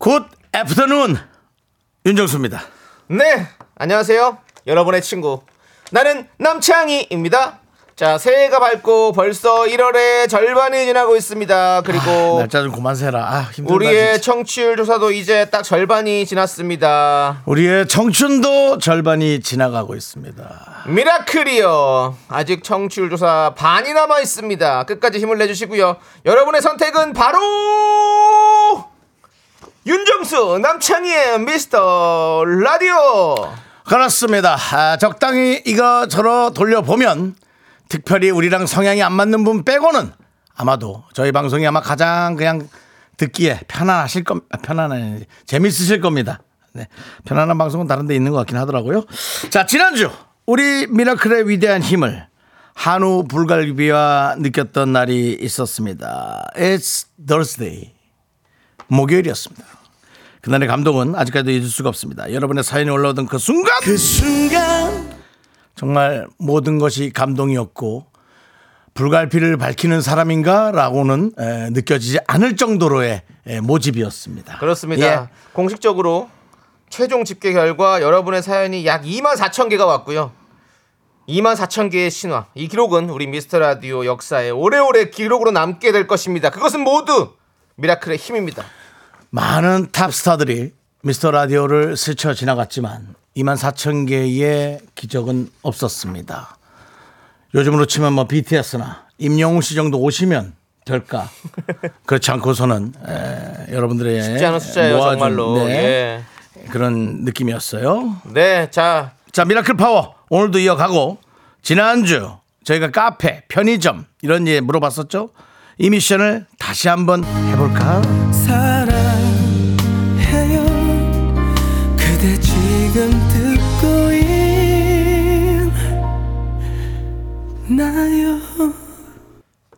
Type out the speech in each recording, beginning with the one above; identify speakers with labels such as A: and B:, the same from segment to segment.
A: 굿 애프터눈 윤정수입니다.
B: 네, 안녕하세요. 여러분의 친구. 나는 남창희입니다. 자, 새해가 밝고 벌써 1월의 절반이 지나고 있습니다. 그리고
A: 날짜 좀 그만 세라. 아, 힘들다.
B: 어. 우리의
A: 진짜.
B: 청취율 조사도 이제 딱 절반이 지났습니다.
A: 우리의 청춘도 절반이 지나가고 있습니다.
B: 미라클이요. 아직 청취율 조사 반이 남아 있습니다. 끝까지 힘을 내주시고요. 여러분의 선택은 바로 윤정수 남창희의 미스터 라디오.
A: 그렇습니다. 아, 적당히 이거저러 돌려보면 특별히 우리랑 성향이 안 맞는 분 빼고는 아마도 저희 방송이 아마 가장 그냥 듣기에 편안하실 겁 아, 편안한 재밌으실 겁니다. 네. 편안한 방송은 다른 데 있는 것 같긴 하더라고요. 자, 지난주 우리 미라클의 위대한 힘을 한우 불갈비와 느꼈던 날이 있었습니다. It's Thursday. 목요일이었습니다. 그날의 감동은 아직까지도 잊을 수가 없습니다. 여러분의 사연이 올라오던 그 순간, 그 순간 정말 모든 것이 감동이었고 불갈피를 밝히는 사람인가라고는 에, 느껴지지 않을 정도로의 에, 모집이었습니다. 예.
B: 그렇습니다. 예. 공식적으로 최종 집계 결과 여러분의 사연이 약 2만 4천 개가 왔고요. 2만 4천 개의 신화. 이 기록은 우리 미스터 라디오 역사에 오래오래 기록으로 남게 될 것입니다. 그것은 모두 미라클의 힘입니다.
A: 네. 많은 탑스타들이 미스터 라디오를 스쳐 지나갔지만 2만 4천 개의 기적은 없었습니다. 요즘으로 치면 뭐 BTS나 임영웅 씨 정도 오시면 될까? 그렇지 않고서는 에, 여러분들의
B: 쉽지 않은 숫자예요,
A: 모아준,
B: 정말로.
A: 네,
B: 예.
A: 그런 느낌이었어요.
B: 네, 자,
A: 자, 미라클 파워 오늘도 이어가고 지난주 저희가 카페, 편의점 이런 예 물어봤었죠. 이 미션을 다시 한번 해볼까?
C: 사랑해요 그대 지금 듣고 있나요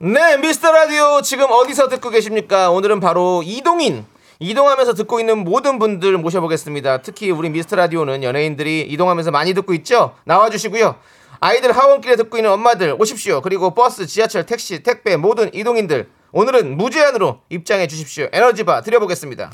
B: 네, 미스터 라디오 지금 어디서 듣고 계십니까? 오늘은 바로 이동인. 이동하면서 듣고 있는 모든 분들 모셔보겠습니다. 특히 우리 미스터 라디오는 연예인들이 이동하면서 많이 듣고 있죠? 나와주시고요. 아이들 하원길에 듣고 있는 엄마들 오십시오. 그리고 버스, 지하철, 택시, 택배 모든 이동인들 오늘은 무제한으로 입장해 주십시오. 에너지바 드려보겠습니다.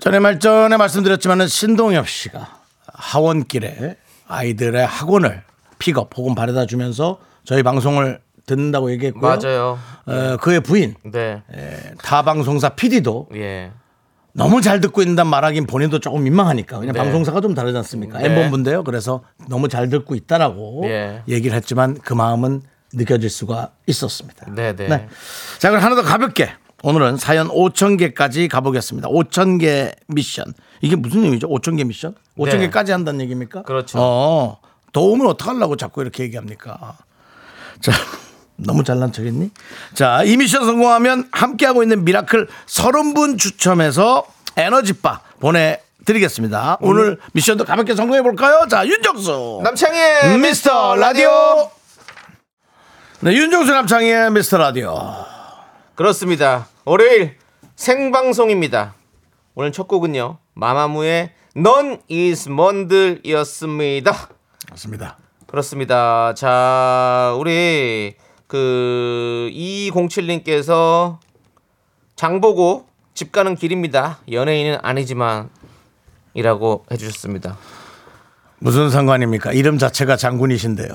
A: 전에 말전에 말씀드렸지만은 신동엽 씨가 하원길에 아이들의 학원을 픽업 혹은 바래다 주면서 저희 방송을 듣는다고 얘기했고요.
B: 맞아요.
A: 어, 그의 부인
B: 네.
A: 예, 타 방송사 PD도
B: 예.
A: 너무 잘 듣고 있는단 말하긴 본인도 조금 민망하니까 그냥
B: 네.
A: 방송사가 좀 다르지 않습니까?
B: 네.
A: 엠 본부인데요. 그래서 너무 잘 듣고 있다라고
B: 예.
A: 얘기를 했지만 그 마음은 느껴질 수가 있었습니다.
B: 네, 네.
A: 자, 그럼 하나 더 가볍게. 오늘은 사연 5,000개까지 가보겠습니다. 5,000개 미션. 이게 무슨 의미죠? 5,000개 미션? 5,000개까지 한다는 얘기입니까?
B: 네. 그렇죠.
A: 어, 도움을 어떡하려고 자꾸 이렇게 얘기합니까? 자, 너무 잘난 척했니? 자, 이 미션 성공하면 함께하고 있는 미라클 30분 추첨해서 에너지바 보내드리겠습니다. 오늘 미션도 가볍게 성공해볼까요? 자, 윤정수!
B: 음. 남창희의
A: 미스터 라디오! 네, 윤정수 남창희의 미스터 라디오.
B: 그렇습니다. 월요일 생방송입니다. 오늘 첫 곡은요. 마마무의 넌 is 먼들이었습니다.
A: 맞습니다.
B: 그렇습니다. 자, 우리 그 207님께서 장보고 집 가는 길입니다. 연예인은 아니지만 이라고 해주셨습니다.
A: 무슨 상관입니까? 이름 자체가 장군이신데요.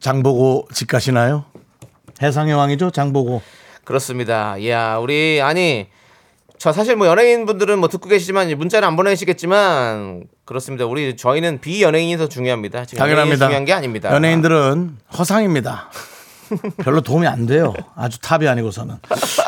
A: 장보고 집 가시나요? 해상의 왕이죠, 장보고.
B: 그렇습니다. 야, 우리 아니 저 사실 뭐 연예인 분들은 뭐 듣고 계시지만 문자를 안 보내시겠지만 그렇습니다. 우리 저희는 비연예인이 더 중요합니다. 지금 연예인이
A: 당연합니다.
B: 중요한 게 아닙니다.
A: 연예인들은 허상입니다. 별로 도움이 안 돼요. 아주 탑이 아니고서는.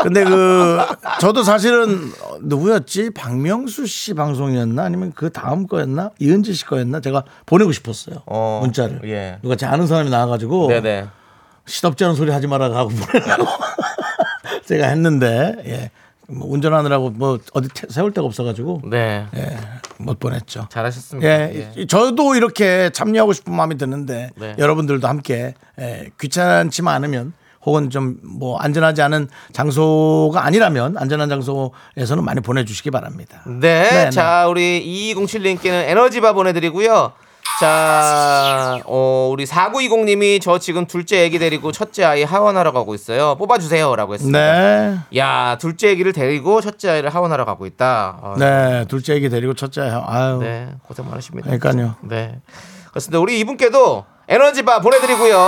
A: 근데 그 저도 사실은 누구였지? 박명수 씨 방송이었나 아니면 그 다음 거였나? 이은지 씨 거였나? 제가 보내고 싶었어요.
B: 어,
A: 문자를.
B: 예.
A: 누가 제 아는 사람이 나와 가지고
B: 네네.
A: 시덥지 않은 소리 하지 마라 하고 보내라고 제가 했는데 예. 뭐 운전하느라고 뭐 어디 태- 세울 데가 없어가지고
B: 네.
A: 예, 못 보냈죠.
B: 잘하셨습니다.
A: 예, 이- 저도 이렇게 참여하고 싶은 마음이 드는데
B: 네.
A: 여러분들도 함께 예, 귀찮지만 않으면 혹은 좀 뭐 안전하지 않은 장소가 아니라면 안전한 장소에서는 많이 보내주시기 바랍니다.
B: 네,
A: 네, 네.
B: 자 우리 2207님께는 에너지바 보내드리고요. 자, 어, 우리 4920님이 저 지금 둘째 아기 데리고 첫째 아이 하원하러 가고 있어요. 뽑아주세요라고 했습니다.
A: 네,
B: 야, 둘째 아기를 데리고 첫째 아이를 하원하러 가고 있다. 어,
A: 네, 둘째 애기 데리고 첫째 형, 아유,
B: 네, 고생 많으십니다.
A: 그러니까요.
B: 네, 그렇습니다. 우리 이분께도 에너지바 보내드리고요.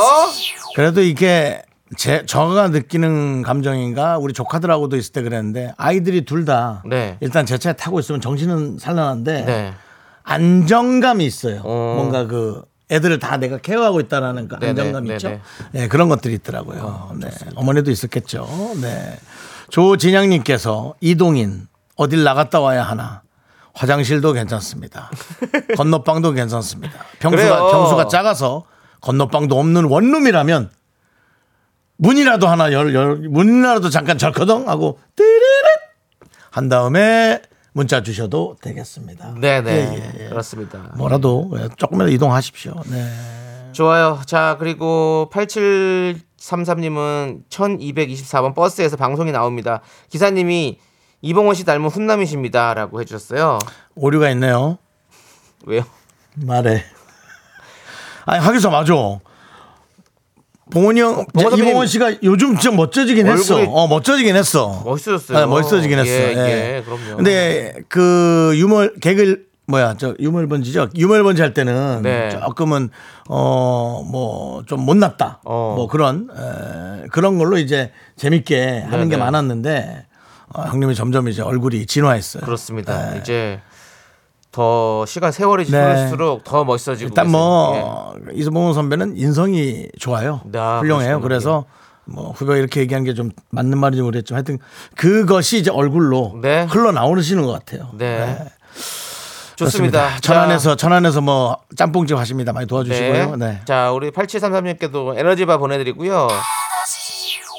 A: 그래도 이게 제 저가 느끼는 감정인가 우리 조카들하고도 있을 때 그랬는데 아이들이 둘 다
B: 네.
A: 일단 제 차에 타고 있으면 정신은 산란한데
B: 네,
A: 안정감이 있어요.
B: 어.
A: 뭔가 그 애들을 다 내가 케어하고 있다라는 그
B: 네네,
A: 안정감
B: 네네.
A: 있죠. 네, 그런 것들이 있더라고요. 네, 어머니도 있었겠죠. 네. 조진양님께서 이동인 어딜 나갔다 와야 하나. 화장실도 괜찮습니다. 건너방도 괜찮습니다.
B: 그래요.
A: 평수가 평수가 작아서 건너방도 없는 원룸이라면 문이라도 하나 열, 열 문이라도 잠깐 절커덩 하고 띠리릿 한 다음에 문자 주셔도 되겠습니다.
B: 네, 네,
A: 예, 예, 예.
B: 그렇습니다.
A: 뭐라도 예, 조금이라도 이동하십시오. 네.
B: 좋아요. 자, 그리고 8733님은 1224번 버스에서 방송이 나옵니다. 기사님이 이봉원 씨 닮은 훈남이십니다. 라고 해주셨어요.
A: 오류가 있네요.
B: 왜요?
A: 말에. 아니 하기서 맞아. 봉원이 형,
B: 봉원 선배님.
A: 이봉원 씨가 요즘 진짜 멋져지긴 했어.
B: 얼굴이
A: 어, 멋져지긴 했어.
B: 멋있어졌어요.
A: 네, 멋있어지긴
B: 예,
A: 했어.
B: 예, 그럼요.
A: 근데 그 유머 개그 뭐야 저 유물번지죠. 유물번지 할 때는
B: 네.
A: 조금은 어 뭐 좀 못났다.
B: 어.
A: 뭐 그런 에, 그런 걸로 이제 재밌게 하는
B: 네네.
A: 게 많았는데 어, 형님이 점점 이제 얼굴이 진화했어요.
B: 그렇습니다.
A: 네.
B: 이제 더 시간 세월이 지날수록 더 멋있어지고.
A: 일단
B: 계세요.
A: 뭐 이수봉 선배는 인성이 좋아요.
B: 아,
A: 훌륭해요.
B: 예. 그렇군요.
A: 그래서
B: 예.
A: 뭐 후배가 이렇게 얘기한 게 좀 맞는 말인지 모르겠지만 하여튼 그것이 이제 얼굴로
B: 네.
A: 흘러나오시는 것 같아요.
B: 예. 네.
A: 네,
B: 좋습니다.
A: 그렇습니다. 천안에서 천안에서 뭐 짬뽕집 하십니다. 많이 도와주시고요. 네.
B: 자, 우리 8733님께도 에너지바 보내드리고요.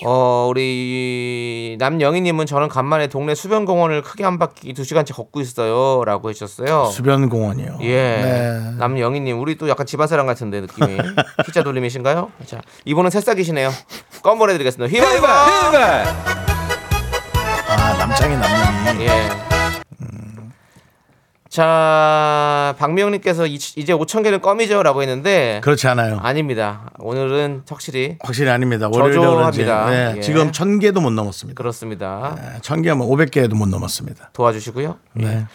B: 어, 우리 남영희님은 저는 간만에 동네 수변공원을 크게 한 바퀴 두 시간째 걷고 있어요. 라고 해주셨어요.
A: 수변공원이요.
B: 예.
A: 네.
B: 남영희님, 우리 또 약간 집안 사람 같은데 느낌이. 피자 돌림이신가요? 자, 이분은 새싹이시네요. 껌 보내드리겠습니다. 휘바휘바!
A: 아 남창이 남이.
B: 예. 자, 박미영님께서 이- 이제 5,000개는 껌이죠? 라고 했는데.
A: 그렇지 않아요.
B: 아닙니다. 오늘은 확실히
A: 확실히 아닙니다. 월요일에 그런지
B: 저조합니다.
A: 네,
B: 예.
A: 지금 천 개도 못 넘었습니다.
B: 그렇습니다.
A: 네, 천 개면 오백 개도 못 넘었습니다.
B: 도와주시고요.
A: 네.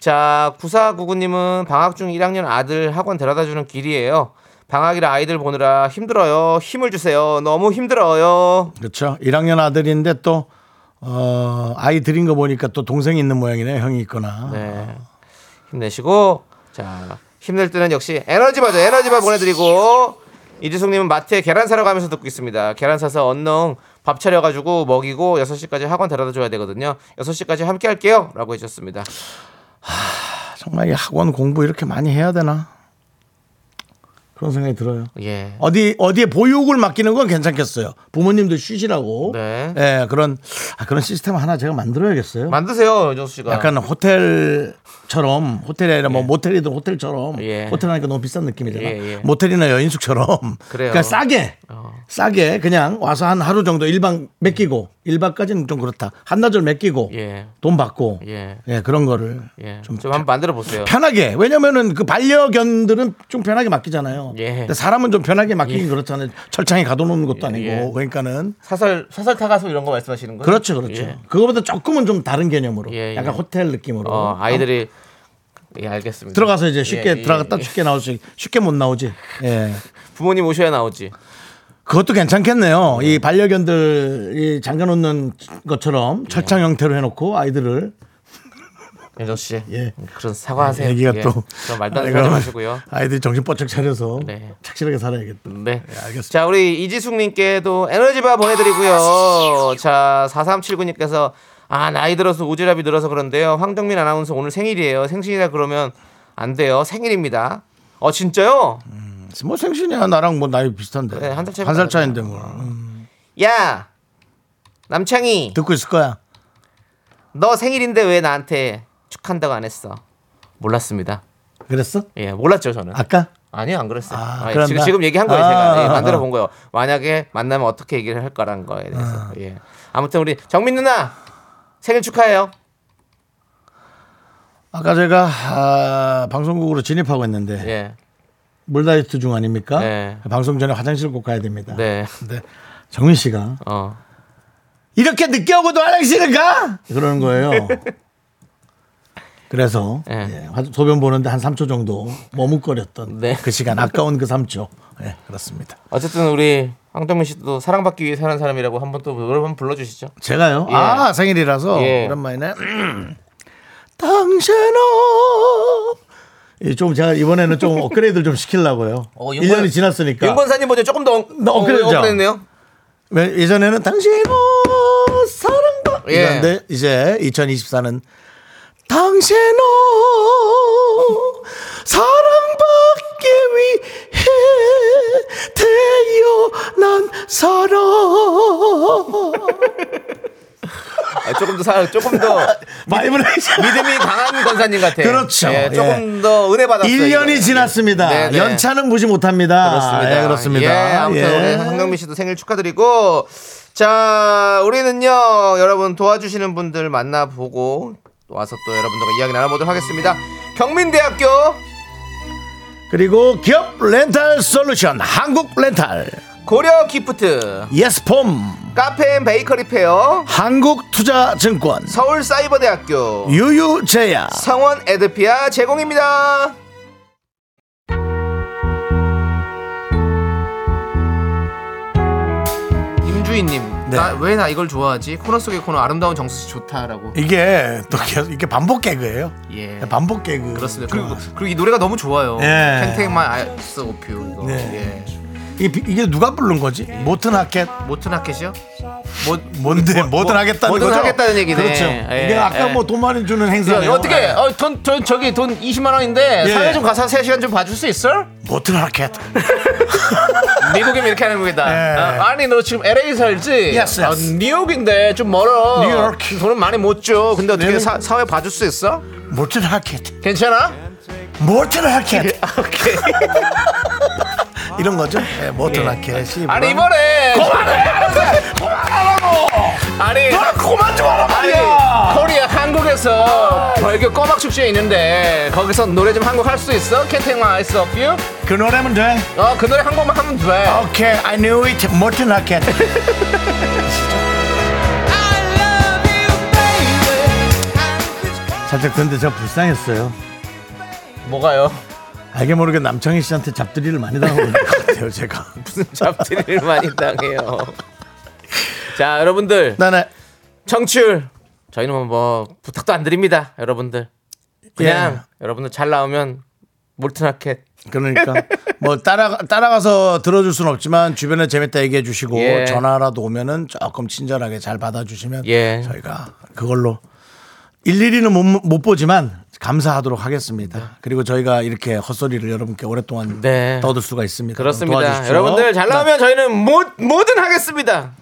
B: 자, 9499님은 방학 중 1학년 아들 학원 데려다 주는 길이에요. 방학이라 아이들 보느라 힘들어요. 힘을 주세요. 너무 힘들어요.
A: 그렇죠. 1학년 아들인데 또 어, 아이 들인 거 보니까 또 동생이 있는 모양이네. 형이 있거나.
B: 네. 힘내시고 자, 힘들 때는 역시 에너지 바죠. 에너지 바 보내 드리고 이지숙 님은 마트에 계란 사러 가면서 듣고 있습니다. 계란 사서 언능 밥 차려 가지고 먹이고 6시까지 학원 데려다 줘야 되거든요. 6시까지 함께 할게요라고 해 주셨습니다.
A: 아, 정말 이 학원 공부 이렇게 많이 해야 되나? 그런 생각이 들어요.
B: 예.
A: 어디 어디에 보육을 맡기는 건 괜찮겠어요. 부모님도 쉬시라고.
B: 네.
A: 예, 그런 아, 그런 시스템 하나 제가 만들어야겠어요.
B: 만드세요, 윤정수 씨가.
A: 약간 호텔처럼 호텔이 아니라 뭐 모텔이든 호텔처럼
B: 예.
A: 호텔 하니까 너무 비싼 느낌이잖아.
B: 예, 예.
A: 모텔이나 여인숙처럼
B: 그래요.
A: 그러니까 싸게
B: 어.
A: 싸게 그냥 와서 한 하루 정도 일박 맡기고 일박까지는좀 그렇다. 한나절 맡기고
B: 예.
A: 돈 받고
B: 예.
A: 예. 그런 거를
B: 예. 좀,
A: 좀
B: 한번 만들어 보세요.
A: 편하게 왜냐면은 그 반려견들은 좀 편하게 맡기잖아요.
B: 예.
A: 근데 사람은 좀 편하게 맡기긴 그렇잖아요. 철창에 가둬놓는 것도 아니고
B: 예.
A: 그러니까는
B: 사설 사설 타가서 이런 거 말씀하시는 거예요?
A: 그렇죠, 그렇죠.
B: 예.
A: 그거보다 조금은 좀 다른 개념으로
B: 예, 예.
A: 약간 호텔 느낌으로
B: 어, 아이들이 예, 알겠습니다.
A: 들어가서 이제 쉽게
B: 예, 예,
A: 들어갔다
B: 예.
A: 쉽게 나올 수 있- 쉽게 못 나오지. 예.
B: 부모님 오셔야 나오지.
A: 그것도 괜찮겠네요.
B: 예.
A: 이 반려견들이 잠가놓는
B: 예.
A: 것처럼 철창 형태로 해놓고 아이들을
B: 연정 씨.
A: 예.
B: 그런 사과하세요.
A: 애기가
B: 예.
A: 또
B: 그런 말도
A: 아이,
B: 안 되는 소리
A: 그러면
B: 하시고요.
A: 아이들이 정신 번쩍 차려서
B: 네.
A: 착실하게 살아야겠다.
B: 네.
A: 예, 알겠습니다.
B: 자, 우리 이지숙님께도 에너지바 보내드리고요. 자, 4379님께서 아, 나이 들어서 오지랖이 늘어서 그런데요. 황정민 아나운서 오늘 생일이에요. 생신이라 그러면 안 돼요. 생일입니다. 어, 진짜요?
A: 뭐 생신이야 나랑 뭐 나이 비슷한데
B: 네, 한살 차이
A: 한 살
B: 나죠.
A: 차인데 뭐 음,
B: 야! 남창희!
A: 듣고 있을 거야.
B: 너 생일인데 왜 나한테 축한다고 안 했어? 몰랐습니다.
A: 그랬어?
B: 예, 몰랐죠 저는.
A: 아까?
B: 아니요 안 그랬어요.
A: 아,
B: 아,
A: 그런가?
B: 지금 지금 얘기한 거예요
A: 아,
B: 제가 예,
A: 아, 아.
B: 만들어 본 거예요. 만약에 만나면 어떻게 얘기를 할 거라는 거에 대해서. 예. 아무튼 우리 정민 누나 생일 축하해요.
A: 아까 제가 아, 방송국으로 진입하고 있는데
B: 예.
A: 물 다이어트 중 아닙니까?
B: 네.
A: 방송 전에 화장실 꼭 가야 됩니다.
B: 네.
A: 근데 정민 씨가
B: 어.
A: 이렇게 늦게 오고도 화장실을 가? 그러는 거예요. 그래서
B: 네.
A: 예, 화- 소변 보는데 한 3초 정도 머뭇거렸던
B: 네.
A: 그 시간 아까운 그 3초. 예, 그렇습니다.
B: 어쨌든 우리 황정민 씨도 사랑받기 위해 사는 사람이라고 한번 또 여러 번 불러주시죠.
A: 제가요?
B: 예.
A: 아 생일이라서
B: 예.
A: 오랜만이네. 음. 당신아. 예, 좀 제가 이번에는 좀 업그레이드를 좀 시키려고요.
B: 어,
A: 일
B: 윤건-
A: 1년이 지났으니까.
B: 윤건사님 버전 조금 더 엉-
A: 너 엉클했죠?
B: 어, 엉클했네요.
A: 왜 예전에는 당신은 사랑과
B: 예.
A: 이런데 이제 2024는 당신은 사랑받기 위해 태어난 사람
B: 아, 조금 더 사, 조금 더
A: 바이브레이션
B: 믿음이 강한 권사님 같아요.
A: 그렇죠.
B: 예, 조금 더 은혜 받았어요.
A: 1년이
B: 이거는.
A: 지났습니다.
B: 네, 네.
A: 연차는 무시 못합니다.
B: 그렇습니다.
A: 예, 그렇습니다.
B: 예, 아무튼
A: 예.
B: 우리 한강민 씨도 생일 축하드리고 자 우리는요 여러분 도와주시는 분들 만나보고 와서 또 여러분들과 이야기 나눠보도록 하겠습니다. 경민대학교
A: 그리고 기업 렌탈 솔루션 한국 렌탈
B: 고려 기프트
A: 예스폼
B: 카페 앤 베이커리 페어
A: 한국투자증권
B: 서울사이버대학교
A: 유유제야
B: 성원 에드피아 제공입니다. 임주희님,
A: 네.
B: 나 왜 나 이걸 좋아하지? 코너 속의 코너 아름다운 정수씨 좋다라고.
A: 이게 또 계속 이게 반복 개그예요.
B: 예.
A: 반복 개그. 어.
B: 그렇습니다.
A: 좋아.
B: 그리고, 그리고 이 노래가 너무 좋아요.
A: 예.
B: 탱탱 마이 아이스 오피오 이거.
A: 네.
B: 예.
A: 이게, 비- 이게 누가 부른 거지? 모튼 하켓
B: 모튼 하켓이요?
A: 네, 뭔데 모든 하겠다는
B: 뭐든
A: 거죠?
B: 하겠다는 얘기네.
A: 그렇죠.
B: 예,
A: 이게 아까
B: 예.
A: 뭐 돈 많이 주는
B: 야,
A: 행사예요.
B: 어떻게? 어, 돈, 돈 저기 돈 20만 원인데
A: 아, 네. 예.
B: 사회 좀 가서 3 시간 좀 봐줄 수 있어?
A: 모튼 하켓.
B: 미국이면 이렇게 하는 겁니다.
A: 예.
B: 어, 아니 너 지금 LA 살지?
A: Yes, yes.
B: 어, 뉴욕인데 좀 멀어.
A: 뉴욕.
B: 돈은 많이 못 줘. 근데 어떻게
A: 뉴욕.
B: 사, 사회 봐줄 수 있어?
A: 모튼 하켓.
B: 괜찮아?
A: 모튼 하켓.
B: 예, 아, 오케이.
A: 이런 거죠? 예, 모튼 하켓.
B: 아니 이번에 그만해.
A: 그만하라고.
B: 아니
A: 그만 좀 하라
B: 아니 코리아 한국에서 벌교 꼬막 축제 있는데 거기서 노래 좀 한국 할 수 있어? Can't Take My Eyes Off You?
A: 그 노래면 돼.
B: 어그 노래 한 곡만 하면 돼.
A: 오케이, I knew it. 모튼 하켓. 살짝 근데 저 불쌍했어요.
B: 뭐가요?
A: 알게 모르게 남창희 씨한테 잡들이를 많이 당하고 있는 것 같아요, 제가.
B: 잡티를 많이 당해요. 자 여러분들
A: 나는
B: 청취율 저희는 뭐 부탁도 안 드립니다 여러분들 그냥 여러분들 잘 나오면 몰트나켓
A: 그러니까 뭐 따라 따라가서 들어줄 수는 없지만 주변에 재밌다 얘기해 주시고
B: 예.
A: 전화라도 오면은 조금 친절하게 잘 받아주시면
B: 예.
A: 저희가 그걸로 일일이는 못, 못 보지만 감사하도록 하겠습니다. 그리고 저희가 이렇게 헛소리를 여러분께 오랫동안
B: 네.
A: 떠들 수가 있습니다.
B: 그렇습니다
A: 도와주십시오.
B: 여러분들 잘 나오면 저희는 뭐, 뭐든 하겠습니다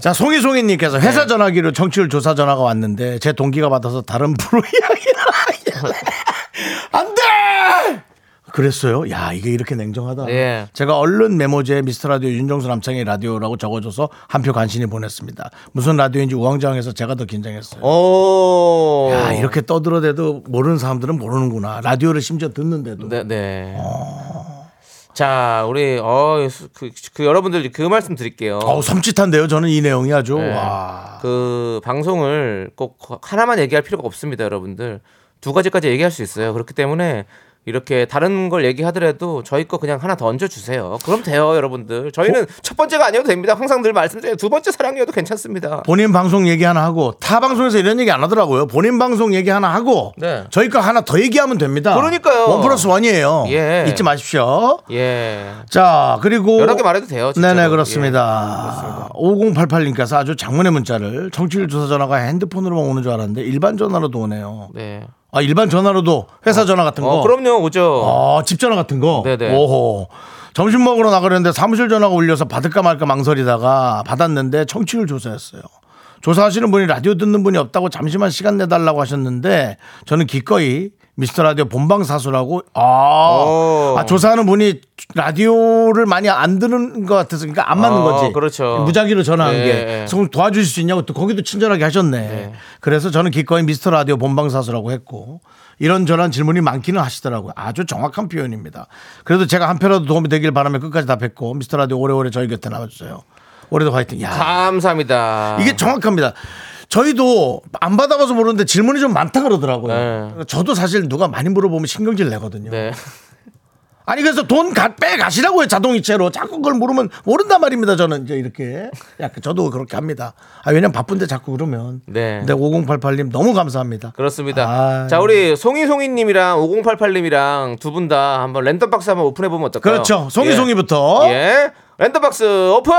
A: 자, 송이송이님께서
B: 네.
A: 회사 전화기로 정치율 조사 전화가 왔는데 제 동기가 받아서 다른 프로 이야기를 안 돼! 그랬어요? 야, 이게 이렇게 냉정하다.
B: 예.
A: 제가 얼른 메모지에 미스터 라디오 윤정수 남창의 라디오라고 적어줘서 한 표 간신히 보냈습니다. 무슨 라디오인지 우왕좌왕해서 제가 더 긴장했어요.
B: 오
A: 야, 이렇게 떠들어대도 모르는 사람들은 모르는구나. 라디오를 심지어 듣는데도.
B: 네, 네. 자 우리 어, 그, 그 여러분들 그 말씀 드릴게요
A: 어우, 섬찟한데요. 저는 이 내용이 아주.
B: 네.
A: 와.
B: 그 방송을 꼭 하나만 얘기할 필요가 없습니다, 여러분들. 두 가지까지 얘기할 수 있어요. 그렇기 때문에 이렇게 다른 걸 얘기하더라도 저희 거 그냥 하나 더 얹어 주세요. 그럼 돼요, 여러분들. 저희는 첫 번째가 아니어도 됩니다. 항상 늘 말씀드려요. 두 번째 사랑이어도 괜찮습니다.
A: 본인 방송 얘기 하나 하고 타 방송에서 이런 얘기 안 하더라고요. 본인 방송 얘기 하나 하고
B: 네.
A: 저희 거 하나 더 얘기하면 됩니다.
B: 그러니까요.
A: 원 플러스 원이에요.
B: 예.
A: 잊지 마십시오.
B: 예.
A: 자 그리고
B: 여러 개 말해도 돼요, 진짜로.
A: 네네
B: 예,
A: 그렇습니다.
B: 그렇습니다.
A: 5088님께서 아주 장문의 문자를 정치율 조사 전화가 핸드폰으로만 오는 줄 알았는데 일반 전화로도 오네요.
B: 네.
A: 아 일반 전화로도 회사 전화 같은 거.
B: 어, 그럼요. 오죠.
A: 아, 집 전화 같은 거.
B: 네네.
A: 오호. 점심 먹으러 나가려는데 사무실 전화가 울려서 받을까 말까 망설이다가 받았는데 청취율 조사였어요. 조사하시는 분이 라디오 듣는 분이 없다고 잠시만 시간 내달라고 하셨는데 저는 기꺼이 미스터 라디오 본방 사수라고 아,
B: 오.
A: 아, 조사하는 분이 라디오를 많이 안 듣는 것 같아서 그러니까 안 맞는
B: 어,
A: 거지.
B: 그렇죠.
A: 무작위로 전화한
B: 예,
A: 게.
B: 예.
A: 그래서 그럼 도와주실 수 있냐고 또 거기도 친절하게 하셨네. 그래서 저는 기꺼이 미스터 라디오 본방 사수라고 했고 이런저런 질문이 많기는 하시더라고요. 아주 정확한 표현입니다. 그래도 제가 한편이라도 도움이 되길 바라며 끝까지 답했고 미스터 라디오 오래오래 저희 곁에 남아주세요. 올해도 화이팅. 야.
B: 감사합니다.
A: 이게 정확합니다. 저희도 안 받아봐서 모르는데 질문이 좀 많다 그러더라고요. 저도 사실 누가 많이 물어보면 신경질 내거든요.
B: 네.
A: 아니 그래서 돈 가, 빼가시라고요 자동이체로 자꾸 그걸 모르면 모른단 말입니다 저는 이제 이렇게 약간 저도 그렇게 합니다 아 왜냐면 바쁜데 자꾸 그러면
B: 네.
A: 근데 5088님 너무 감사합니다
B: 그렇습니다.
A: 아,
B: 자, 우리 송이송이님이랑 5088님이랑 두 분 다 한번 랜덤박스 한번 오픈해보면 어떨까요?
A: 그렇죠
B: 예.
A: 송이송이부터
B: 예. 랜덤박스 오픈!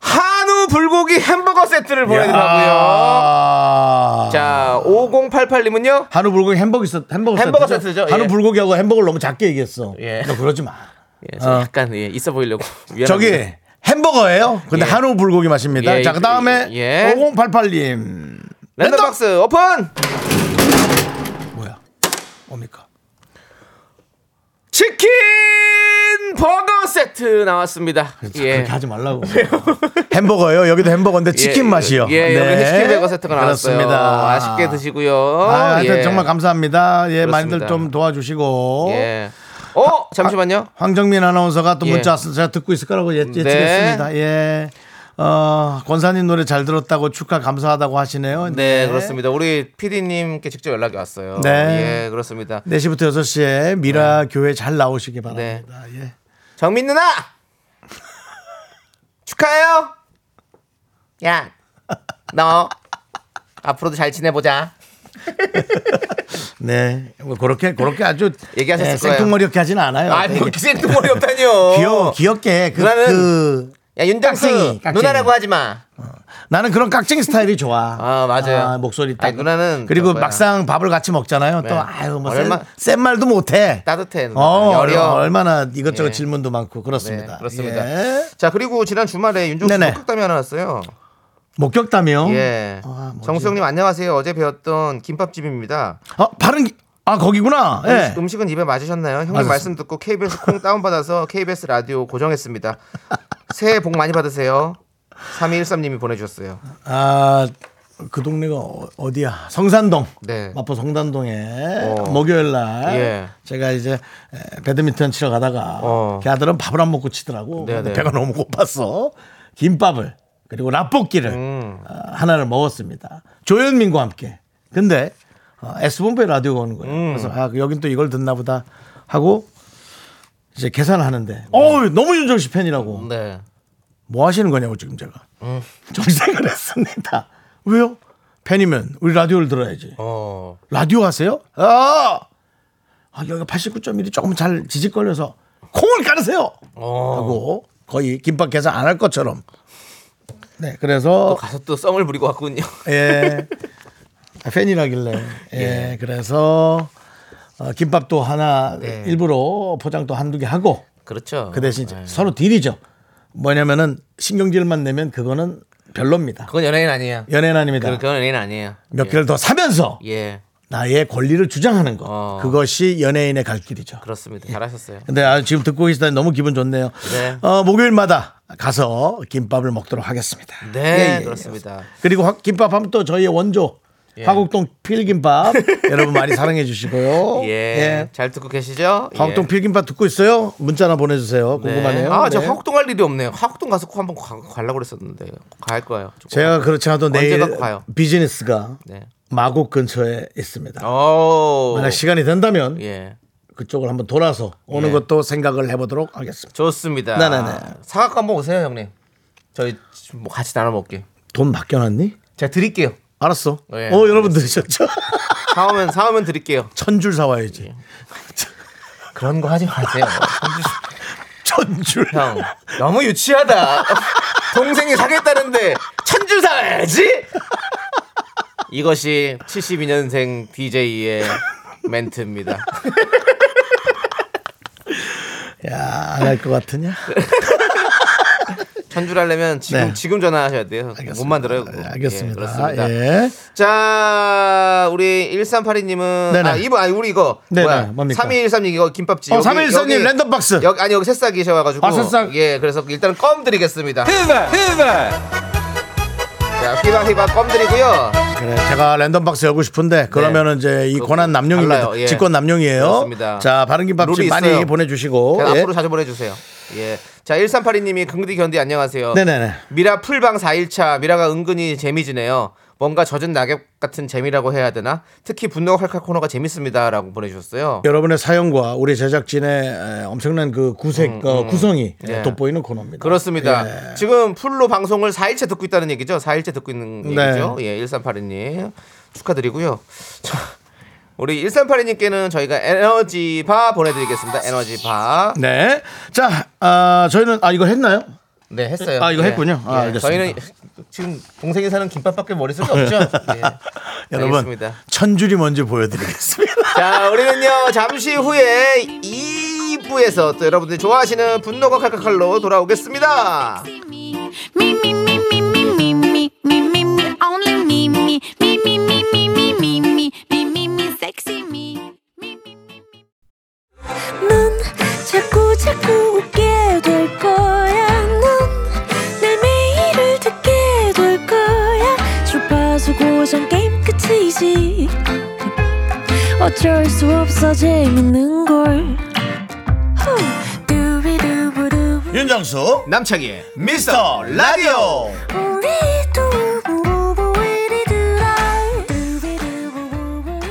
B: 한우 불고기 햄버거 세트를 보내드리고요.
A: 아.
B: 자, 5088님은요?
A: 한우 불고기 햄버거 세- 햄버거,
B: 햄버거
A: 세트죠?
B: 세트죠, 예.
A: 한우 불고기하고 햄버거를 너무 작게 얘기했어
B: 예.
A: 너 그러지 마
B: 예, 저
A: 어.
B: 약간 예, 있어 보이려고. 미안합니다.
A: 저기 햄버거예요 근데
B: 예.
A: 한우 불고기 맛입니다
B: 예,
A: 자 그다음에
B: 예.
A: 5088님
B: 랜덤박스 오픈!
A: 뭐야 뭡니까
B: 치킨 버거 세트 나왔습니다. 예.
A: 그렇죠. 그렇게 하지 말라고. 햄버거요. 여기도 햄버거인데 치킨
B: 예,
A: 맛이요. 네.
B: 예, 여기 치킨 버거 세트가 나왔어요.
A: 그렇습니다.
B: 아쉽게 드시고요.
A: 아, 하여튼
B: 예.
A: 정말 감사합니다. 예, 많이들
B: 그렇습니다.
A: 좀 도와주시고. 아,
B: 예. 어, 잠시만요.
A: 황정민 아나운서가 또
B: 예. 네.
A: 문자 왔어 제가 듣고 있을 거라고 예, 예측했습니다. 예. 어, 권사님 노래 잘 들었다고 축하 감사하다고 하시네요.
B: 네, 그렇습니다. 우리 PD님께 직접 연락이 왔어요.
A: 네.
B: 예, 그렇습니다.
A: 4시부터 6시에 미라 교회 잘 나오시기
B: 네.
A: 바랍니다. 예.
B: 정민 누나! 축하해요! 야, 너 앞으로도 잘 지내보자.
A: 네. 뭐 그렇게 그렇게 아주
B: 얘기하셨을
A: 예,
B: 거예요.
A: 생뚱머리 없게 하진 않아요.
B: 아, 뭐 기생뚱머리 없다니요.
A: 네, 귀여워. 귀엽게 그,
B: 어. 누나는
A: 그
B: 야, 윤정수
A: 깍쟁이, 깍쟁이.
B: 누나라고 하지 마.
A: 나는 그런 깍쟁이 스타일이 좋아.
B: 아, 맞아요.
A: 목소리 딱.
B: 아니, 누나는
A: 그리고
B: 저거야.
A: 막상 밥을 같이 먹잖아요.
B: 네.
A: 또 아유
B: 얼마-
A: 뭐센 말도 못해.
B: 따뜻해. 누나.
A: 어
B: 여려.
A: 얼마나 이것저것
B: 예.
A: 질문도 많고 그렇습니다.
B: 네, 그렇습니다.
A: 예.
B: 자 그리고 지난 주말에 윤종수
A: 네네.
B: 목격담이 하나 났어요.
A: 목격담이요.
B: 예.
A: 아, 뭐지?
B: 정수영님 안녕하세요. 어제 배웠던 김밥집입니다.
A: 어 바른 기- 아 거기구나. 예.
B: 음식, 은 입에 맞으셨나요? 형님
A: 맞았습니다.
B: 말씀 듣고 KBS 콩 다운받아서 KBS 라디오 고정했습니다. 새해 복 많이 받으세요. 3213님이 보내주셨어요.
A: 아, 아그 동네가 어- 어디야? 성산동.
B: 네.
A: 마포 성산동에
B: 어.
A: 목요일 날
B: 예.
A: 제가 이제 에, 배드민턴 치러 가다가
B: 어.
A: 걔아들은 밥을 안 먹고 치더라고.
B: 네네.
A: 근데 배가 너무 고팠어. 김밥을 그리고 라볶이를
B: 음.
A: 어, 하나를 먹었습니다. 조현민과 함께. 근데 어, S본부에 라디오가 오는 거예요.
B: 음.
A: 그래서 아 여긴 또 이걸 듣나 보다 하고 이제 계산을 하는데 어우 너무 윤정 씨 팬이라고.
B: 네.
A: 뭐 하시는 거냐고 지금 제가 좀 생각을 했습니다. 왜요? 팬이면 우리 라디오를 들어야지.
B: 어.
A: 라디오 하세요? 아, 아 여기가 89.1이 조금 잘 지직걸려서 콩을 깔으세요.
B: 어.
A: 하고 거의 김밥 계산 안 할 것처럼. 네, 그래서
B: 가서 또 썸을 부리고 왔군요.
A: 예 아, 팬이라길래 예, 그래서 어, 김밥도 하나
B: 네.
A: 일부러 포장도 한두개 하고
B: 그렇죠.
A: 그 대신 이제 서로 딜이죠. 뭐냐면은 신경질만 내면 그거는 별로입니다.
B: 그건 연예인 아니에요.
A: 연예인 아닙니다.
B: 그- 그건 연예인 아니에요.
A: 몇
B: 예.
A: 개를 더 사면서
B: 예.
A: 나의 권리를 주장하는 거
B: 어.
A: 그것이 연예인의 갈 길이죠.
B: 그렇습니다. 잘하셨어요.
A: 근데 아, 지금 듣고 계시다니 너무 기분 좋네요.
B: 네.
A: 어, 목요일마다 가서 김밥을 먹도록 하겠습니다. 예,
B: 네, 그렇습니다. 예.
A: 그리고 확- 김밥 하면 또 저희의 원조 화곡동 필김밥 여러분 많이 사랑해 주시고요.
B: 예. 잘 듣고 계시죠?
A: 화곡동
B: 예.
A: 필김밥 듣고 있어요? 문자나 보내주세요. 궁금하네요.
B: 아, 저
A: 네.
B: 화곡동 갈 일이 없네요. 화곡동 가서 꼭 한번 가- 가려고 그랬었는데 갈 거예요. 조금.
A: 제가 그렇지 않아도 내일
B: 네. 언제가 가요?
A: 비즈니스가
B: 네.
A: 마곡 근처에 있습니다.
B: 오.
A: 만약 시간이 된다면
B: 어. 예.
A: 그쪽을 한번 돌아서 오는
B: 예.
A: 것도 생각을 해보도록 하겠습니다.
B: 좋습니다.
A: 네네네.
B: 사갖고 한번 오세요, 형님. 저희 뭐 같이 나눠 먹게.
A: 돈 맡겨놨니?
B: 제가 드릴게요.
A: 알았어.
B: 예,
A: 어 여러분 들으셨죠?
B: 사오면 사오면 드릴게요.
A: 천 줄 사와야지.
B: 그런 거 하지 마세요.
A: 천 줄.
B: 형, 너무 유치하다. 동생이 사겠다는데 천줄 사야지. 이것이 72년생 DJ의 멘트입니다.
A: 야안 할 것 같으냐?
B: 전주를 하려면 지금
A: 네.
B: 지금 전화하셔야 돼요.
A: 알겠습니다.
B: 못 만들어요. 그거.
A: 네,
B: 예,
A: 알겠습니다.
B: 그렇습니다.
A: 예.
B: 자, 우리 1382님은
A: 네네.
B: 아, 이분 아니 우리 이거
A: 네네,
B: 뭐야?
A: 뭡니까?
B: 3213님 이거 김밥집.
A: 어, 3213 님, 랜덤 박스.
B: 여기 아니 여기 새싹이셔 가지고.
A: 아, 새싹.
B: 예, 그래서 일단 껌 드리겠습니다. 히바 히바. 자, 히바 히바 껌 드리고요.
A: 그래, 제가 랜덤 박스 열고 싶은데 그러면은 이제 이
B: 네. 그거
A: 권한 남용입니다.
B: 달라요. 예.
A: 직권 남용이에요.
B: 그렇습니다.
A: 자, 바른 김밥집
B: 룰이
A: 많이
B: 있어요.
A: 보내주시고.
B: 그냥
A: 예.
B: 앞으로 자주 보내 주세요. 예. 자, 1382님이 긍디 견디 안녕하세요.
A: 네네네.
B: 미라 풀방 4일차 미라가 은근히 재미지네요. 뭔가 젖은 낙엽 같은 재미라고 해야 되나? 특히 분노가 칼칼 코너가 재밌습니다라고 보내주셨어요.
A: 여러분의 사연과 우리 제작진의 에, 엄청난 그 구색 어, 구성이
B: 음, 예.
A: 돋보이는 코너입니다.
B: 그렇습니다.
A: 예.
B: 지금 풀로 방송을 4일째 듣고 있다는 얘기죠. 4일째 듣고 있는
A: 네.
B: 얘기죠. 예, 1382님 축하드리고요. 자, 우리 1382님께는 저희가 에너지 바 보내드리겠습니다. 에너지 바.
A: 네. 자, 아, 저희는 아 이거 했나요?
B: 네, 했어요. 예.
A: 아, 이거 했군요. 아, 알겠습니다.
B: 저희는 지금 동생이 사는 김밥밖에 머릿속에 없죠.
A: 네.
B: 예.
A: 여러분
B: 알겠습니다.
A: 천줄이 뭔지 보여드리겠습니다.
B: 자, 우리는요, 잠시 후에 2부에서 또 여러분들이 좋아하시는 분노가 칼칼칼로 돌아오겠습니다.
D: me, me, me, me, me, me, me, me, me, me, me, only me, me, me, me, me, me, me, me, me, me, me, me, sexy me.
E: 넌 자꾸 자꾸 웃게 될 거야. 넌내 매일을 듣게 될 거야. 주파수 고정 게임 끝이지. 어쩔 수 없어 재밌는 걸. 후. 두비두부두.
A: 윤정수
B: 남창희의 미스터 라디오.
E: 우리 두부부부 우리 두라. 두비두부부부 우리 두부부.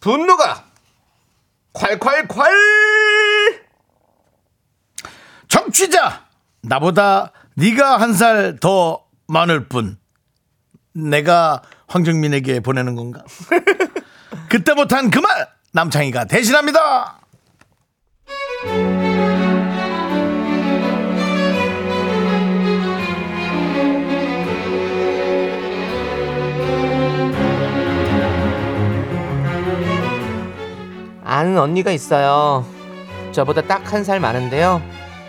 B: 분노가 콸콸콸!
A: 정취자 나보다 네가 한 살 더 많을 뿐 내가 황정민에게 보내는 건가? 그때 못한 그 말 남창희가 대신합니다.
B: 아는 언니가 있어요. 저보다 딱 한 살 많은데요.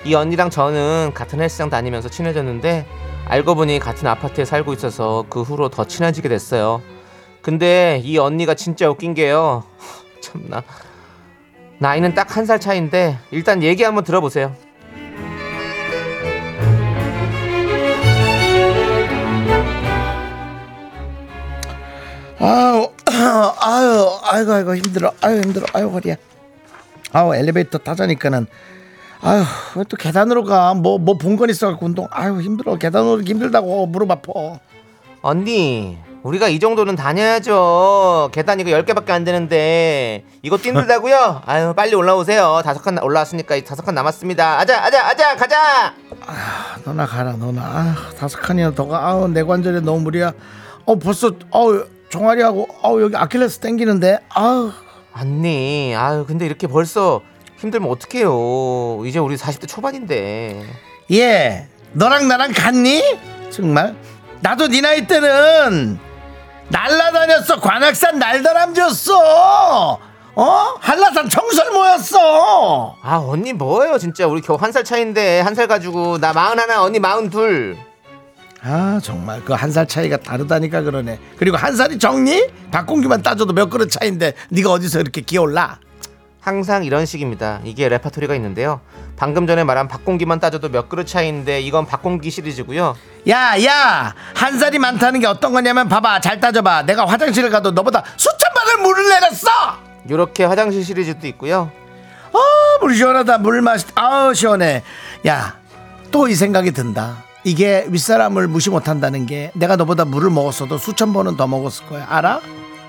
B: 이 언니랑 저는 같은 헬스장 다니면서 친해졌는데 알고 보니 같은 아파트에 살고 있어서 그 후로 더 친해지게 됐어요. 근데 이 언니가 진짜 웃긴 게요. 참나. 나이는 딱 한 살 차이인데 일단 얘기 한번 들어보세요.
A: 아유, 아유, 아이고, 아이고 힘들어, 아유 힘들어, 아유 허리야. 아우 엘리베이터 타자니까는 아유 왜또 계단으로 가? 뭐 뭐 본 건 있어갖고 운동. 아유 힘들어, 계단 오르기 힘들다고 무릎 아파.
B: 언니 우리가 이 정도는 다녀야죠 계단 이거 10개밖에 안 되는데 이거 힘들다고요? 아유 빨리 올라오세요 다섯 칸 올라왔으니까 다섯 칸 남았습니다 아자 아자 아자 가자
A: 너나 가라 너나 아, 다섯 칸이나 더가 아우 내 관절에 너무 무리야 어 벌써 아우 종아리하고 아우 여기 아킬레스 땡기는데 아우
B: 언니 아유 근데 이렇게 벌써 힘들면 어떡해요 이제 우리 40대 초반인데
A: 예 너랑 나랑 같니 정말 나도 네 나이 때는 날라다녔어 관악산 날다람쥐였어 어 한라산 청설모였어
B: 아 언니 뭐예요 진짜 우리 겨우 한 살 차인데 한 살 가지고 나 마흔 하나 언니 마흔 둘
A: 아 정말 그 한 살 차이가 다르다니까 그러네 그리고 한 살이 적니 박공기만 따져도 몇 그릇 차인데 네가 어디서 이렇게 기어올라
B: 항상 이런 식입니다. 이게 레파토리가 있는데요. 방금 전에 말한 박공기만 따져도 몇 그릇 차이인데 이건 박공기 시리즈고요.
A: 야, 야, 한 살이 많다는 게 어떤 거냐면 봐봐, 잘 따져봐. 내가 화장실을 가도 너보다 수천 방울 물을 내렸어.
B: 이렇게 화장실 시리즈도 있고요.
A: 어, 물 시원하다. 물 마시, 아우 시원해. 야, 또 이 생각이 든다. 이게 윗사람을 무시 못한다는 게 내가 너보다 물을 먹었어도 수천 번은 더 먹었을 거야. 알아?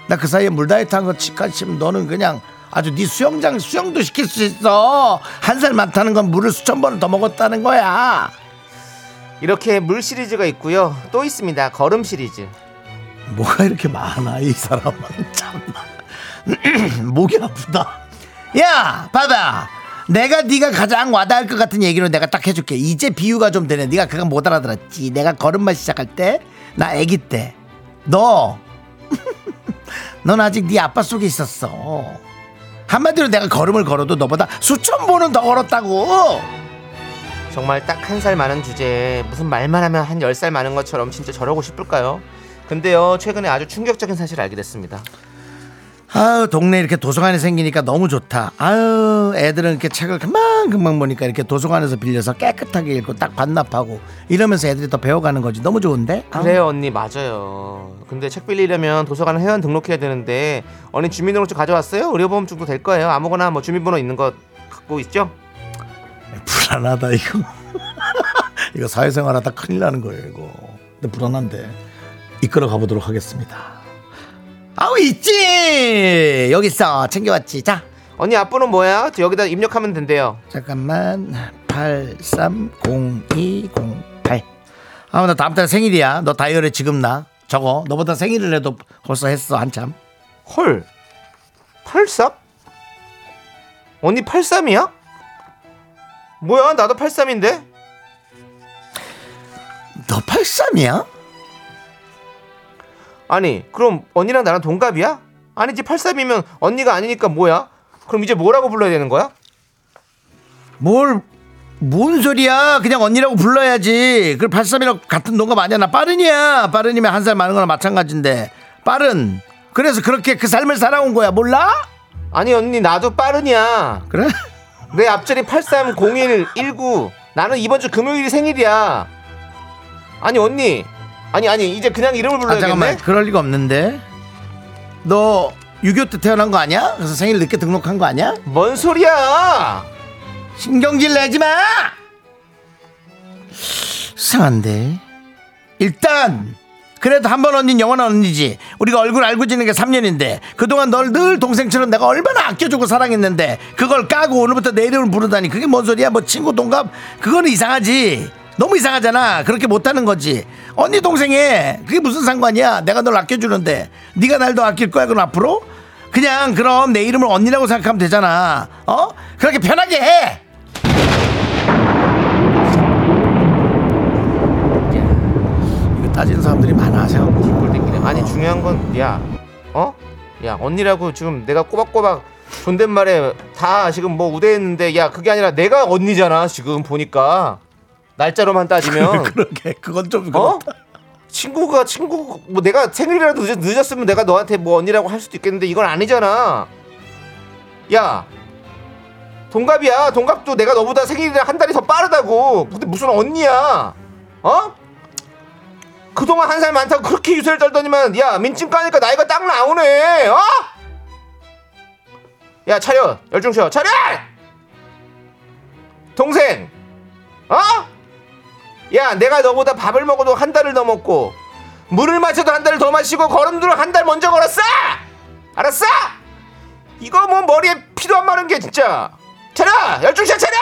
A: 나 그 사이에 물 다이어트 한거 치카치면 너는 그냥 아주 네 수영장 수영도 시킬 수 있어. 한 살 많다는 건 물을 수천 번을 더 먹었다는 거야.
B: 이렇게 물 시리즈가 있고요. 또 있습니다. 걸음 시리즈.
A: 뭐가 이렇게 많아 이 사람은 참나 목이 아프다 야 봐봐 내가 네가 가장 와닿을 것 같은 얘기로 내가 딱 해줄게 이제 비유가 좀 되네 네가 그건 못 알아들었지 내가 걸음마 시작할 때 나 아기 때 너 나 넌 아직 네 아빠 속에 있었어. 한마디로 내가 걸음을 걸어도 너보다 수천 번은 더 걸었다고.
B: 정말 딱 한 살 많은 주제에 무슨 말만 하면 한 열 살 많은 것처럼 진짜 저러고 싶을까요? 근데요 최근에 아주 충격적인 사실을 알게 됐습니다
A: 아유 동네 이렇게 도서관이 생기니까 너무 좋다. 아유 애들은 이렇게 책을 금방 금방 보니까 이렇게 도서관에서 빌려서 깨끗하게 읽고 딱 반납하고 이러면서 애들이 더 배워가는 거지 너무 좋은데. 아유.
B: 그래요 언니 맞아요 근데 책 빌리려면 도서관 회원 등록해야 되는데 언니 주민등록증 가져왔어요? 의료보험증도 될 거예요 아무거나 뭐 주민번호 있는 거 갖고 있죠?
A: 불안하다 이거. 이거 사회생활하다 큰일 나는 거예요 이거. 근데 불안한데 이끌어 가보도록 하겠습니다. 아우 있지 여기 있어 챙겨왔지 자
B: 언니 앞번호 뭐야? 저 여기다 입력하면 된대요
A: 잠깐만 830208 아 나 다음 달 생일이야 너 다이어리 지금 나 저거 너보다 생일을 해도 벌써 했어 한참
B: 헐 83? 언니 83이야? 뭐야 나도 83인데?
A: 너 83이야?
B: 아니 그럼 언니랑 나랑 동갑이야? 아니지 83이면 언니가 아니니까 뭐야? 그럼 이제 뭐라고 불러야 되는 거야?
A: 뭘 뭔 소리야 그냥 언니라고 불러야지 그 83이랑 같은 동갑 아니야 나 빠른이야 빠른이면 한 살 많은 거나 마찬가지인데 빠른 그래서 그렇게 그 삶을 살아온 거야 몰라?
B: 아니 언니 나도 빠른이야
A: 그래?
B: 내 앞자리 830119 나는 이번 주 금요일이 생일이야 아니 언니 아니 아니 이제 그냥 이름을
A: 아 잠깐만
B: 불러야겠네
A: 그럴 리가 없는데 너 6.25 때 태어난 거 아니야? 그래서 생일 늦게 등록한 거 아니야?
B: 뭔 소리야
A: 신경질 내지 마! 이상한데. 일단, 그래도 한 번 언닌 영원한 언니지. 우리가 얼굴 알고 지낸 게 3년인데, 그동안 널 늘 동생처럼 내가 얼마나 아껴주고 사랑했는데, 그걸 까고 오늘부터 내 이름을 부르다니, 그게 뭔 소리야? 뭐 친구 동갑? 그거는 이상하지. 너무 이상하잖아. 그렇게 못하는 거지. 언니 동생에 그게 무슨 상관이야? 내가 널 아껴주는데, 네가 날 더 아낄 거야? 그럼 앞으로? 그냥 그럼 내 이름을 언니라고 생각하면 되잖아. 어? 그렇게 편하게 해. 이거 그 따지는 사람들이 많아 생각보다.
B: 꼴등기네.
A: 어.
B: 아니 중요한 건 야, 어? 야 언니라고 지금 내가 꼬박꼬박 존댓말에 다 지금 뭐 우대했는데 야 그게 아니라 내가 언니잖아 지금 보니까 날짜로만
A: 어.
B: 따지면
A: 그러게 그건 좀
B: 어?
A: 그렇다.
B: 친구가 친구 뭐 내가 생일이라도 늦, 늦었으면 내가 너한테 뭐 언니라고 할 수도 있겠는데 이건 아니잖아. 야 동갑이야 동갑도 내가 너보다 생일이라 한 달이 더 빠르다고. 근데 무슨 언니야? 어? 그동안 한 살 많다고 그렇게 유세를 떨더니만 야 민증 까니까 나이가 딱 나오네. 어? 야 차려 열중 쉬어 차려. 동생 어? 야 내가 너보다 밥을 먹어도 한 달을 더 먹고 물을 마셔도 한 달을 더 마시고 걸음도를 한 달 먼저 걸었어 알았어 이거 뭐 머리에 피도 안 마른 게 진짜 차려 열중샷 차려